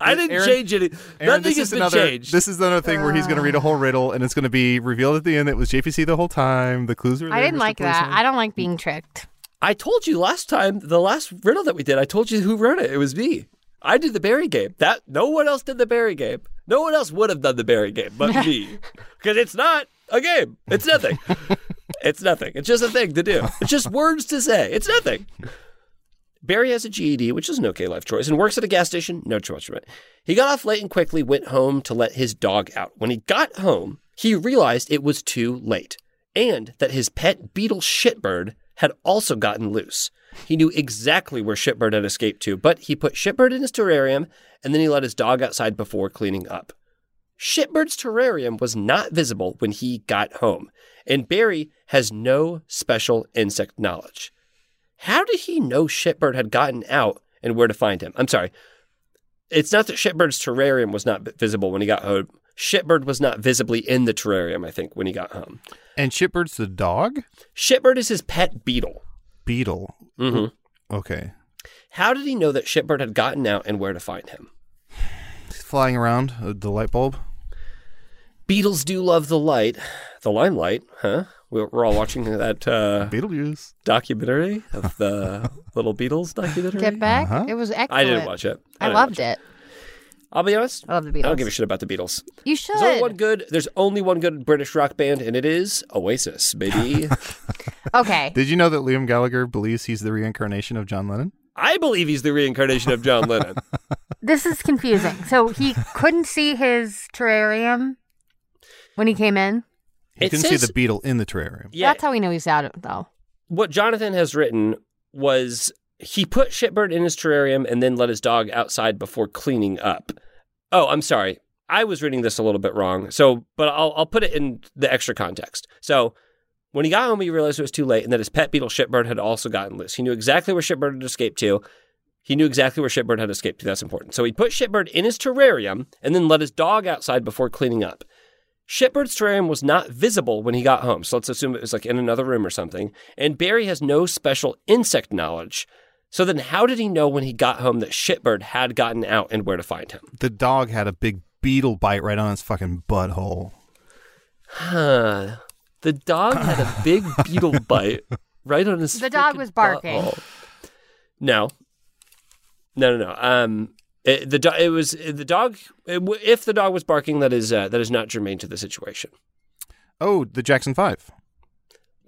[SPEAKER 3] I didn't
[SPEAKER 2] Aaron-
[SPEAKER 3] change any.
[SPEAKER 2] Aaron,
[SPEAKER 3] nothing
[SPEAKER 2] this
[SPEAKER 3] has
[SPEAKER 2] is
[SPEAKER 3] been
[SPEAKER 2] another.
[SPEAKER 3] changed.
[SPEAKER 2] This is another thing where he's going to read a whole riddle, and it's going to be revealed at the end. It was JPC the whole time. The clues were. There,
[SPEAKER 4] I didn't
[SPEAKER 2] Mr.
[SPEAKER 4] like that.
[SPEAKER 2] Policeman.
[SPEAKER 4] I don't like being tricked.
[SPEAKER 3] I told you last time, the last riddle that we did, I told you who wrote it. It was me. I did the Barry game. That no one else did the Barry game. No one else would have done the Barry game but me, because it's not a game. It's nothing. it's nothing. It's just a thing to do. It's just words to say. It's nothing. Barry has a GED, which is an okay life choice, and works at a gas station. No choice from it. He got off late and quickly went home to let his dog out. When he got home, he realized it was too late and that his pet beetle shitbird had also gotten loose. He knew exactly where shitbird had escaped to, but he put shitbird in his terrarium and then he let his dog outside before cleaning up. Shitbird's terrarium was not visible when he got home, and Barry has no special insect knowledge. How did he know Shitbird had gotten out and where to find him? I'm sorry. It's not that Shitbird's terrarium was not visible when he got home. Shitbird was not visibly in the terrarium, I think, when he got home.
[SPEAKER 2] And Shitbird's the dog.
[SPEAKER 3] Shitbird is his pet beetle.
[SPEAKER 2] Beetle.
[SPEAKER 3] Mm-hmm.
[SPEAKER 2] Okay.
[SPEAKER 3] How did he know that Shitbird had gotten out and where to find him?
[SPEAKER 2] He's flying around uh, the light bulb.
[SPEAKER 3] Beetles do love the light, the limelight, huh? We're we're all watching that uh,
[SPEAKER 2] Beetlejuice.
[SPEAKER 3] documentary of the Little Beatles documentary.
[SPEAKER 4] Get back.
[SPEAKER 2] Uh-huh.
[SPEAKER 4] It was excellent.
[SPEAKER 3] Mm-hmm. I didn't watch it.
[SPEAKER 4] I,
[SPEAKER 3] didn't
[SPEAKER 4] loved
[SPEAKER 3] watch
[SPEAKER 4] it.
[SPEAKER 3] I'll be honest.
[SPEAKER 4] I love the
[SPEAKER 3] I
[SPEAKER 4] Beatles.
[SPEAKER 3] don't give a shit about the Beatles.
[SPEAKER 4] You should.
[SPEAKER 3] There's only one good. There's only one good British rock band, and it is Oasis, baby.
[SPEAKER 4] Okay.
[SPEAKER 2] Did you know that Liam Gallagher believes he's the reincarnation of John Lennon?
[SPEAKER 3] I believe he's the reincarnation of John Lennon.
[SPEAKER 4] This is confusing. So he couldn't see his terrarium when he came in.
[SPEAKER 2] He
[SPEAKER 3] It
[SPEAKER 2] can see
[SPEAKER 3] says-
[SPEAKER 2] the beetle in the terrarium.
[SPEAKER 3] Yeah,
[SPEAKER 4] That's how we know he's out of it, though.
[SPEAKER 3] what Jonathan has written was he put Shitbird in his terrarium and then let his dog outside before cleaning up. Oh, I'm sorry. I was reading this a little bit wrong. So, but I'll, I'll put it in the extra context. So, when he got home, he realized it was too late and that his pet beetle Shitbird had also gotten loose. He knew exactly where Shitbird had escaped to. He knew exactly where Shitbird had escaped to. That's important. So, he put Shitbird in his terrarium and then let his dog outside before cleaning up. Shitbird's terrarium was not visible when he got home, so let's assume it was like in another room or something. And Barry has no special insect knowledge. So then, how did he know when he got home that Shitbird had gotten out and where to find him?
[SPEAKER 2] The dog had a big beetle bite right on his fucking butthole.
[SPEAKER 3] Huh. The dog had a big beetle bite right on his.
[SPEAKER 4] The dog
[SPEAKER 3] frickin'
[SPEAKER 4] was barking.
[SPEAKER 3] butthole. No. No, no, no. Um, it, the do- it was the dog. It, w- if the dog was barking, that is uh, that is not germane to the situation.
[SPEAKER 2] Oh, the Jackson Five.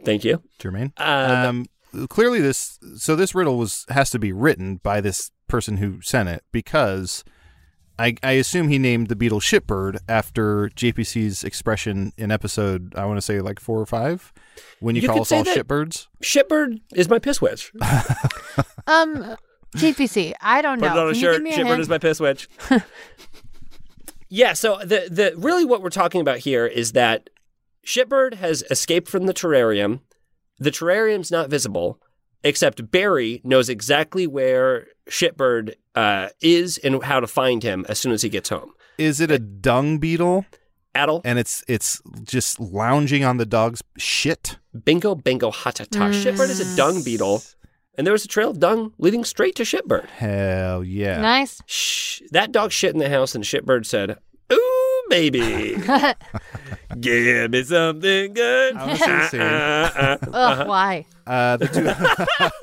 [SPEAKER 3] Thank you.
[SPEAKER 2] Jermaine.
[SPEAKER 3] Uh,
[SPEAKER 2] um, clearly, this so this riddle was has to be written by this person who sent it because I, I assume he named the beetle shitbird after JPC's expression in episode I want to say like four or five when you,
[SPEAKER 3] You
[SPEAKER 2] call
[SPEAKER 3] could
[SPEAKER 2] us
[SPEAKER 3] say
[SPEAKER 2] all
[SPEAKER 3] that-
[SPEAKER 2] shitbirds.
[SPEAKER 3] Shitbird is my piss witch.
[SPEAKER 4] Um, GPC, I don't know.
[SPEAKER 3] Put it on a
[SPEAKER 4] Can you give
[SPEAKER 3] shirt.
[SPEAKER 4] me
[SPEAKER 3] Shitbird
[SPEAKER 4] hint?
[SPEAKER 3] is my piss witch. yeah. So the the really what we're talking about here is that Shitbird has escaped from the terrarium. The terrarium's not visible, except Barry knows exactly where Shitbird uh, is and how to find him as soon as he gets home.
[SPEAKER 2] Is it a dung beetle?
[SPEAKER 3] Addle.
[SPEAKER 2] and it's it's just lounging on the dog's shit.
[SPEAKER 3] Bingo, bingo, ha ta
[SPEAKER 4] Mm.
[SPEAKER 3] ta. Shitbird is a dung beetle, and there was a trail of dung leading straight to Shitbird.
[SPEAKER 2] Hell yeah.
[SPEAKER 4] Nice.
[SPEAKER 3] Shh, that dog shit in the house, and Shitbird said, "Ooh, baby, give me something good."
[SPEAKER 2] I was gonna say,
[SPEAKER 3] Uh, uh.
[SPEAKER 4] Ugh, why?
[SPEAKER 2] uh, the, two,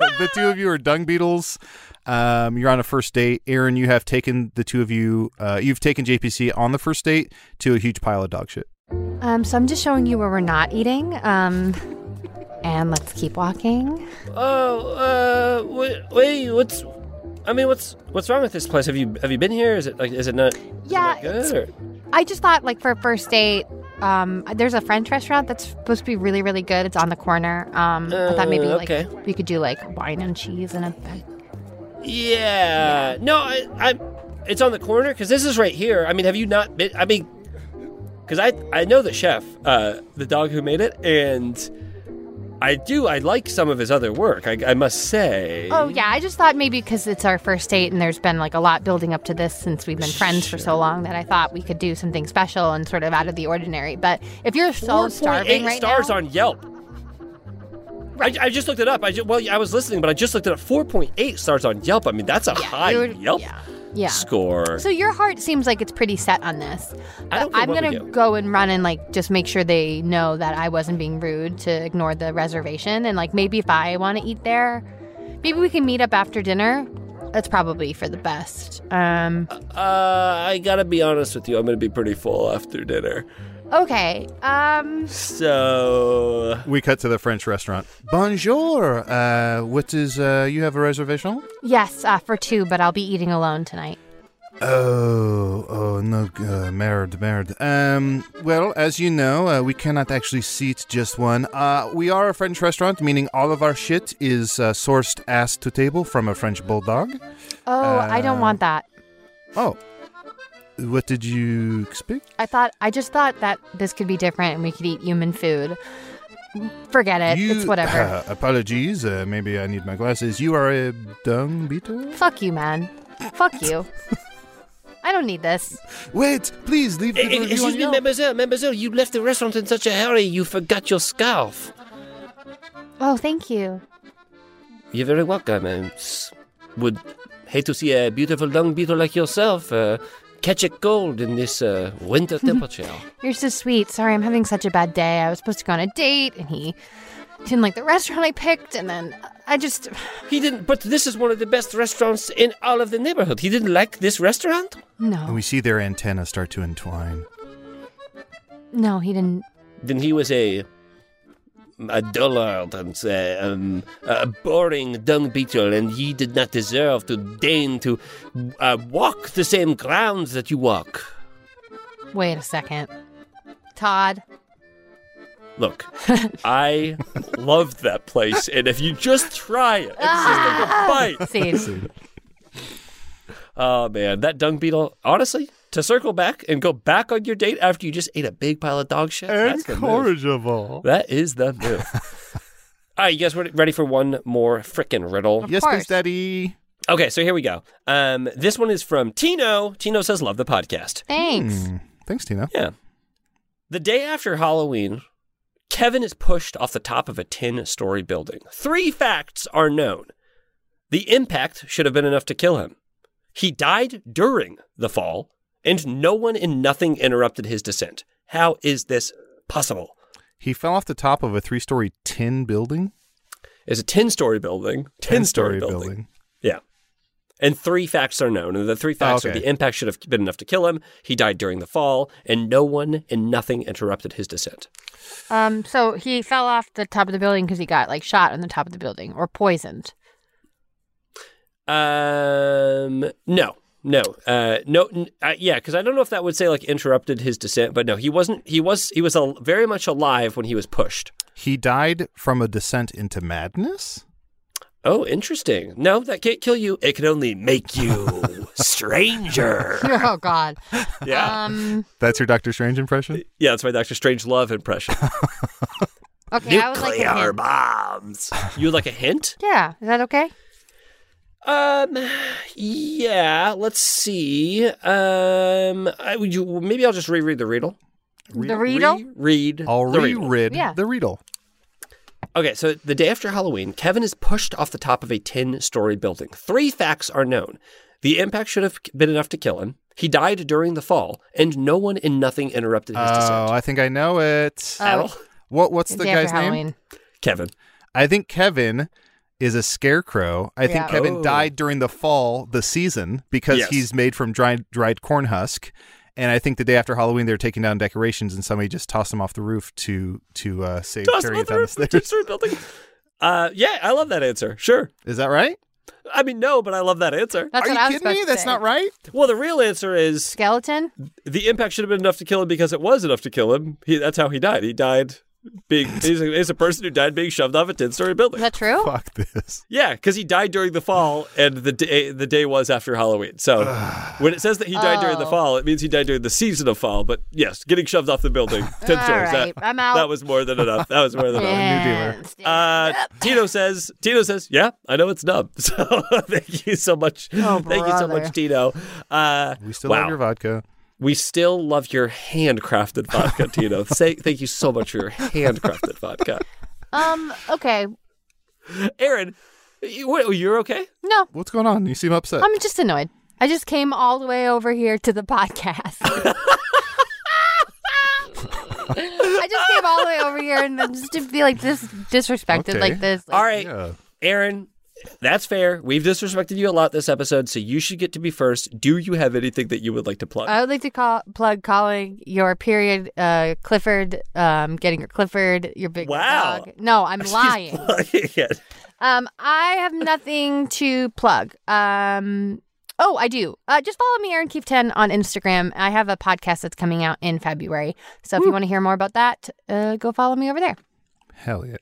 [SPEAKER 2] the two of you are dung beetles. Um, you're on a first date. Aaron, you have taken the two of you, uh, you've taken JPC on the first date to a huge pile of dog shit.
[SPEAKER 4] Um, so I'm just showing you where we're not eating. Um, and let's keep walking.
[SPEAKER 3] Oh, uh, wait, wait, what's? I mean, what's what's wrong with this place? Have you have you been here? Is it like is it not?
[SPEAKER 4] Yeah,
[SPEAKER 3] is it not good. Or?
[SPEAKER 4] I just thought, like, for a first date, um, there's a French restaurant that's supposed to be really, really good. It's on the corner. Um, I thought maybe
[SPEAKER 3] Uh,
[SPEAKER 4] like
[SPEAKER 3] okay.
[SPEAKER 4] we could do like wine and cheese and a.
[SPEAKER 3] Yeah. No, I, I. It's on the corner because this is right here. I mean, have you not been? I mean, because I I know the chef, uh, the dog who made it, and I do I like some of his other work. I, I must say.
[SPEAKER 4] Oh yeah, I just thought maybe because it's our first date and there's been like a lot building up to this since we've been friends for so long that I thought we could do something special and sort of out of the ordinary. But if you're so
[SPEAKER 3] 4.8
[SPEAKER 4] starving right
[SPEAKER 3] stars
[SPEAKER 4] now,
[SPEAKER 3] on Yelp. I, I just looked it up. I ju- well, I was listening, but I just looked it up. Four point eight stars on Yelp. I mean, that's a high
[SPEAKER 4] you're-
[SPEAKER 3] Yelp
[SPEAKER 4] yeah, yeah.
[SPEAKER 3] score.
[SPEAKER 4] So your heart seems like it's pretty set on this.
[SPEAKER 3] I don't care
[SPEAKER 4] I'm
[SPEAKER 3] what we
[SPEAKER 4] gonna
[SPEAKER 3] do.
[SPEAKER 4] go and run and like just make sure they know that I wasn't being rude to ignore the reservation and like maybe if I want to eat there, maybe we can meet up after dinner. That's probably for the best. Um,
[SPEAKER 3] Uh, I gotta be honest with you. I'm gonna be pretty full after dinner.
[SPEAKER 4] okay. Um,
[SPEAKER 3] So
[SPEAKER 2] We cut to the French restaurant. Bonjour. Uh, what is, uh, you have a reservation?
[SPEAKER 4] yes, uh, for two, but I'll be eating alone tonight.
[SPEAKER 2] Oh, oh no, uh, merde, merde. Um, well, as you know, uh, we cannot actually seat just one. Uh, we are a French restaurant, meaning all of our shit is uh, sourced ass to table from a French bulldog.
[SPEAKER 4] Oh, I don't want that.
[SPEAKER 2] Oh, what did you expect?
[SPEAKER 4] I thought I just thought that this could be different and we could eat human food. Forget it.
[SPEAKER 2] You-
[SPEAKER 4] it's whatever.
[SPEAKER 2] Uh, apologies, uh, maybe I need my glasses. You are a dung beetle.
[SPEAKER 4] Fuck you, man. Fuck you. I don't need this.
[SPEAKER 2] Wait, please leave the
[SPEAKER 3] Eh, eh,
[SPEAKER 2] review on
[SPEAKER 3] excuse me,
[SPEAKER 2] Yelp.
[SPEAKER 3] mademoiselle, mademoiselle. You left the restaurant in such a hurry. You forgot your scarf.
[SPEAKER 4] Oh, thank you.
[SPEAKER 3] You're very welcome. I would hate to see a beautiful dung beetle like yourself uh, catch a cold in this uh, winter temperature.
[SPEAKER 4] You're so sweet. Sorry, I'm having such a bad day. I was supposed to go on a date and he didn't like the restaurant I picked, and then I just.
[SPEAKER 3] He didn't, but this is one of the best restaurants in all of the neighborhood. He didn't like this restaurant?
[SPEAKER 2] And
[SPEAKER 4] No.
[SPEAKER 2] we see their antennae start to entwine.
[SPEAKER 4] No, he didn't.
[SPEAKER 3] Then he was a. a dullard and uh, um, a boring dung beetle, and ye did not deserve to deign to uh, walk the same grounds that you walk.
[SPEAKER 4] Wait a second. Todd.
[SPEAKER 3] Look, I loved that place, and if you just try it, it's just like a bite.
[SPEAKER 4] See,
[SPEAKER 3] Oh man, that dung beetle. Honestly, to circle back and go back on your date after you just ate a big pile of dog shit. That's the move.
[SPEAKER 2] Incorrigible.
[SPEAKER 3] That is the move. All right, you guys re- ready for one more frickin' riddle?
[SPEAKER 2] Yes,
[SPEAKER 4] course.
[SPEAKER 2] please, daddy.
[SPEAKER 3] Okay, so here we go. Um, this one is from Tino. Tino says, "Love the podcast."
[SPEAKER 4] thanks.
[SPEAKER 2] Hmm. Thanks, Tina.
[SPEAKER 3] Yeah. The day after Halloween, Kevin is pushed off the top of a 10 story building. Three facts are known. The impact should have been enough to kill him. He died during the fall, and no one and nothing interrupted his descent. How is this possible?
[SPEAKER 2] He fell off the top of a three story tin building.
[SPEAKER 3] It's a 10 story building. 10 story building. Yeah. And three facts are known. And the three facts
[SPEAKER 2] Okay.
[SPEAKER 3] are the impact should have been enough to kill him. He died during the fall, and no one and nothing interrupted his descent.
[SPEAKER 2] Hmm.
[SPEAKER 4] Um, so he fell off the top of the building because he got like shot on the top of the building or poisoned.
[SPEAKER 3] Um, no, no, uh, no, n- uh, yeah, because I don't know if that would say like interrupted his descent, but no, he wasn't. He was he was al- very much alive when he was pushed.
[SPEAKER 2] He died from a descent into madness?
[SPEAKER 3] Oh, interesting. No, that can't kill you. It can only make you stranger.
[SPEAKER 4] oh God.
[SPEAKER 3] Yeah,
[SPEAKER 4] Um.
[SPEAKER 2] That's your Doctor Strange impression?
[SPEAKER 3] yeah, that's my Doctor Strange love impression.
[SPEAKER 4] Okay. I would like a
[SPEAKER 3] Nuclear
[SPEAKER 4] hint.
[SPEAKER 3] bombs. You would like a hint?
[SPEAKER 4] Yeah. Is that okay?
[SPEAKER 3] Um, yeah. Let's see. Um, I, would you maybe I'll just reread the riddle.
[SPEAKER 4] The Riedel?
[SPEAKER 3] Read
[SPEAKER 2] I'll
[SPEAKER 3] the
[SPEAKER 2] read
[SPEAKER 3] Riedel.
[SPEAKER 4] Yeah.
[SPEAKER 2] the riddle.
[SPEAKER 3] Okay, so the day after Halloween, Kevin is pushed off the top of a 10 story building. Three facts are known. The impact should have been enough to kill him. He died during the fall, and no one and nothing interrupted his
[SPEAKER 2] Oh,
[SPEAKER 3] descent.
[SPEAKER 2] I think I know it.
[SPEAKER 4] Oh.
[SPEAKER 3] At all.
[SPEAKER 2] What what's
[SPEAKER 4] The
[SPEAKER 2] the
[SPEAKER 4] day after
[SPEAKER 2] guy's name?
[SPEAKER 4] Halloween.
[SPEAKER 3] Kevin.
[SPEAKER 2] I think Kevin is a scarecrow. I think
[SPEAKER 4] Yeah.
[SPEAKER 2] Kevin
[SPEAKER 3] Oh.
[SPEAKER 2] died during the fall, the season, because
[SPEAKER 3] Yes.
[SPEAKER 2] he's made from dried, dried corn husk. And I think the day after Halloween, they're taking down decorations, and somebody just tossed him off the roof to to uh, save
[SPEAKER 3] Toss him
[SPEAKER 2] Harriet
[SPEAKER 3] off the
[SPEAKER 2] down the
[SPEAKER 3] roof of a 10
[SPEAKER 2] stairs.
[SPEAKER 3] story building. Uh, yeah, I love that answer. Sure.
[SPEAKER 2] Is that right?
[SPEAKER 3] I mean, no, but I love that answer.
[SPEAKER 4] That's
[SPEAKER 2] Are
[SPEAKER 4] what
[SPEAKER 2] you
[SPEAKER 4] I was
[SPEAKER 2] kidding me?
[SPEAKER 4] supposed to
[SPEAKER 2] That's
[SPEAKER 4] say.
[SPEAKER 2] not right.
[SPEAKER 3] Well, the real answer is
[SPEAKER 4] Skeleton?
[SPEAKER 3] the impact should have been enough to kill him because it was enough to kill him. He, that's how he died. He died being, he's a, he's a person who died being shoved off a 10 story building.
[SPEAKER 4] Is that true?
[SPEAKER 2] Fuck this.
[SPEAKER 3] Yeah, because he died during the fall, and the day the day was after Halloween. So when it says that he died during the
[SPEAKER 4] Oh.
[SPEAKER 3] fall, it means he died during the season of fall. But yes, getting shoved off the building ten
[SPEAKER 4] All
[SPEAKER 3] stories.
[SPEAKER 4] right,
[SPEAKER 3] That,
[SPEAKER 4] I'm out.
[SPEAKER 3] that was more than enough. That was more than enough.
[SPEAKER 4] Yeah.
[SPEAKER 3] Uh, Tino says, Tino says, yeah, I know it's dumb. So thank you so much. thank you so much,
[SPEAKER 4] Oh, brother.
[SPEAKER 3] Tino. Uh,
[SPEAKER 2] We still
[SPEAKER 3] wow.
[SPEAKER 2] have your vodka.
[SPEAKER 3] We still love your handcrafted vodka, Tino. Say, thank you so much for your handcrafted vodka.
[SPEAKER 4] Um, okay.
[SPEAKER 3] Aaron, you, what- oh, you're okay?
[SPEAKER 4] No,
[SPEAKER 2] What's going on? You seem upset.
[SPEAKER 4] I'm just annoyed. I just came all the way over here to the podcast. I just came all the way over here and then just to be like this disrespected
[SPEAKER 2] Okay.
[SPEAKER 4] like this. Like,
[SPEAKER 3] All right.
[SPEAKER 2] Yeah.
[SPEAKER 3] Aaron, that's fair. We've disrespected you a lot this episode, so you should get to be first. Do you have anything that you would like to plug?
[SPEAKER 4] I would like to call plug calling your period uh Clifford um getting your Clifford your big
[SPEAKER 3] Wow.
[SPEAKER 4] dog. No, I'm lying.
[SPEAKER 3] Yes.
[SPEAKER 4] Um, I have nothing to plug. Um, oh, I do. Uh, just follow me, Aaron Keefe Ten, on Instagram. I have a podcast that's coming out in February, so if you want to hear more about that, uh, go follow me over there.
[SPEAKER 2] Hell yeah.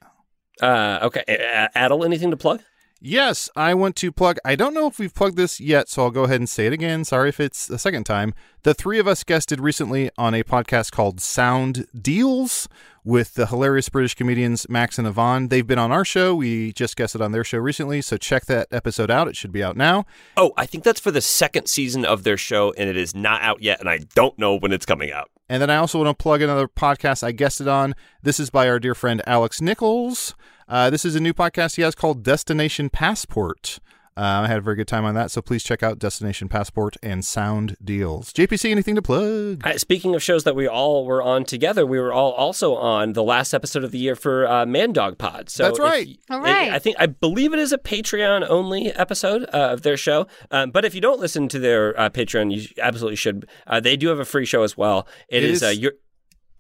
[SPEAKER 3] uh, okay. A- A- Adel, anything to plug?
[SPEAKER 2] Yes, I want to plug. I don't know if we've plugged this yet, so I'll go ahead and say it again. Sorry if it's the second time. The three of us guested recently on a podcast called Sound Deals with the hilarious British comedians Max and Yvonne. They've been on our show. We just guested on their show recently, so check that episode out. It should be out now.
[SPEAKER 8] Oh, I think that's for the second season of their show, and it is not out yet, and I don't know when it's coming out.
[SPEAKER 2] And then I also want to plug another podcast I guested on. This is by our dear friend Alex Nichols. Uh, this is a new podcast he has called Destination Passport. Uh, I had a very good time on that, so please check out Destination Passport and Sound Deals. JPC, anything to plug?
[SPEAKER 3] Uh, speaking of shows that we all were on together, we were all also on the last episode of the year for uh, Man Dog Pod. So
[SPEAKER 2] That's
[SPEAKER 3] if-
[SPEAKER 2] right.
[SPEAKER 4] All right.
[SPEAKER 3] I, I think I believe it is a Patreon only episode uh, of their show. Um, but if you don't listen to their uh, Patreon, you absolutely should. Uh, they do have a free show as well.
[SPEAKER 2] It
[SPEAKER 3] it is,
[SPEAKER 2] is-
[SPEAKER 3] uh, your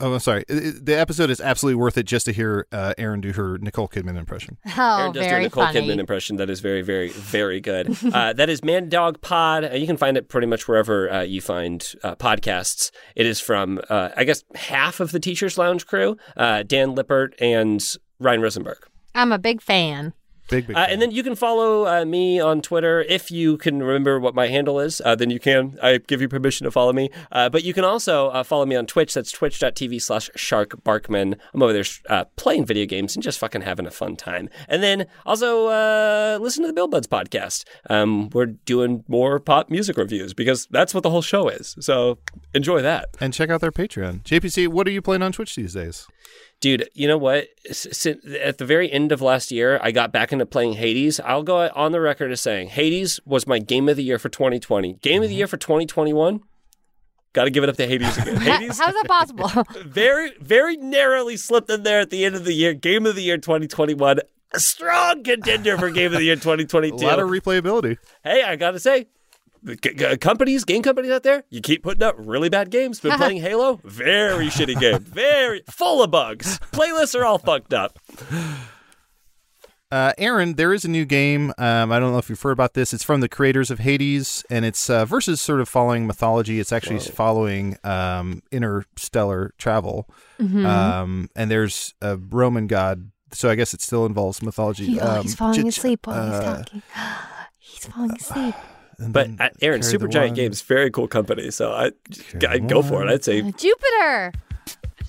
[SPEAKER 2] Oh, I'm sorry. It- it- the episode is absolutely worth it just to hear uh, Aaron do her Nicole Kidman impression.
[SPEAKER 4] Oh,
[SPEAKER 3] Aaron does do a
[SPEAKER 4] very
[SPEAKER 3] Nicole
[SPEAKER 4] funny.
[SPEAKER 3] Kidman impression that is very, very, very good. uh, that is Man Dog Pod. Uh, You can find it pretty much wherever uh, you find uh, podcasts. It is from, uh, I guess, half of the Teachers Lounge crew uh, Dan Lippert and Ryan Rosenberg.
[SPEAKER 4] I'm a big fan.
[SPEAKER 2] Big, big.
[SPEAKER 3] Uh,
[SPEAKER 2] fan.
[SPEAKER 3] and then you can follow uh, me on Twitter if you can remember what my handle is. Uh, then you can. I give you permission to follow me. Uh, but you can also uh, follow me on Twitch. That's twitch.tv slash Shark Barkman. I'm over there uh, playing video games and just fucking having a fun time. And then also uh, listen to the Bill Buds podcast. Um, we're doing more pop music reviews because that's what the whole show is. So enjoy that.
[SPEAKER 2] and check out their Patreon. JPC, what are you playing on Twitch these days?
[SPEAKER 3] Dude, you know what? S- sin- At the very end of last year, I got back into playing Hades. I'll go on the record as saying Hades was my game of the year for 2020. Game
[SPEAKER 2] Mm-hmm.
[SPEAKER 3] of the year for 2021. Got to give it up to Hades again.
[SPEAKER 4] How-
[SPEAKER 3] Hades
[SPEAKER 4] How's that possible?
[SPEAKER 3] very, very narrowly slipped in there at the end of the year. Game of the year 2021. A strong contender for game of the year
[SPEAKER 2] A
[SPEAKER 3] 2022.
[SPEAKER 2] lot of replayability.
[SPEAKER 3] hey, I got to say, the c- c- companies, game companies out there, you keep putting up really bad games. Been playing Halo, very shitty game, very full of bugs. Playlists are all fucked up.
[SPEAKER 2] Uh, Aaron, there is a new game. Um, I don't know if you've heard about this. It's from the creators of Hades, and it's uh, versus sort of following mythology. It's actually following um, interstellar travel.
[SPEAKER 4] Mm-hmm.
[SPEAKER 2] Um, and there's a Roman god, so I guess it still involves mythology.
[SPEAKER 4] He- oh,
[SPEAKER 2] um,
[SPEAKER 4] he's falling
[SPEAKER 2] Ch- Ch-
[SPEAKER 4] asleep while he's
[SPEAKER 2] uh,
[SPEAKER 4] talking. he's falling asleep.
[SPEAKER 2] and
[SPEAKER 3] But
[SPEAKER 2] then
[SPEAKER 3] uh, Aaron,
[SPEAKER 2] carry the
[SPEAKER 3] Supergiant
[SPEAKER 2] one
[SPEAKER 3] Games, very cool company. So I,
[SPEAKER 2] Carry
[SPEAKER 3] I go for it. I'd say
[SPEAKER 4] Jupiter.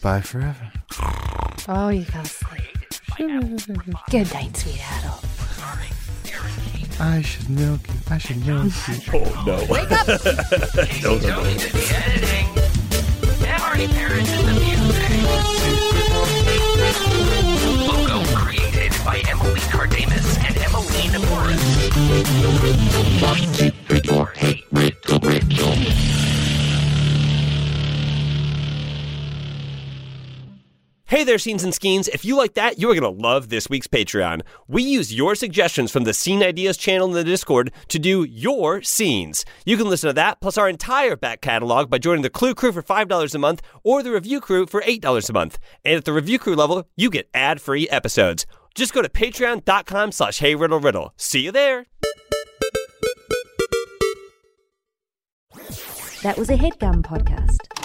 [SPEAKER 2] Bye forever.
[SPEAKER 4] Oh, you fell asleep. Good night, sweet Adel.
[SPEAKER 2] I should milk you. I should
[SPEAKER 3] oh,
[SPEAKER 2] milk you.
[SPEAKER 1] Casey Jones did the editing. Emery Party Parents in the Music. Logo created by Emily Cardamus and Emily Naporis. Must keep your hate Rachel Rachel.
[SPEAKER 3] Hey there, Scenes and Skeens. If you like that, you are going to love this week's Patreon. We use your suggestions from the Scene Ideas channel in the Discord to do your scenes. You can listen to that, plus our entire back catalog by joining the Clue Crew for $5 a month or the Review Crew for $8 a month. And at the Review Crew level, you get ad-free episodes. Just go to patreon.com slash heyriddleriddle. See you there.
[SPEAKER 10] That was a headgum podcast.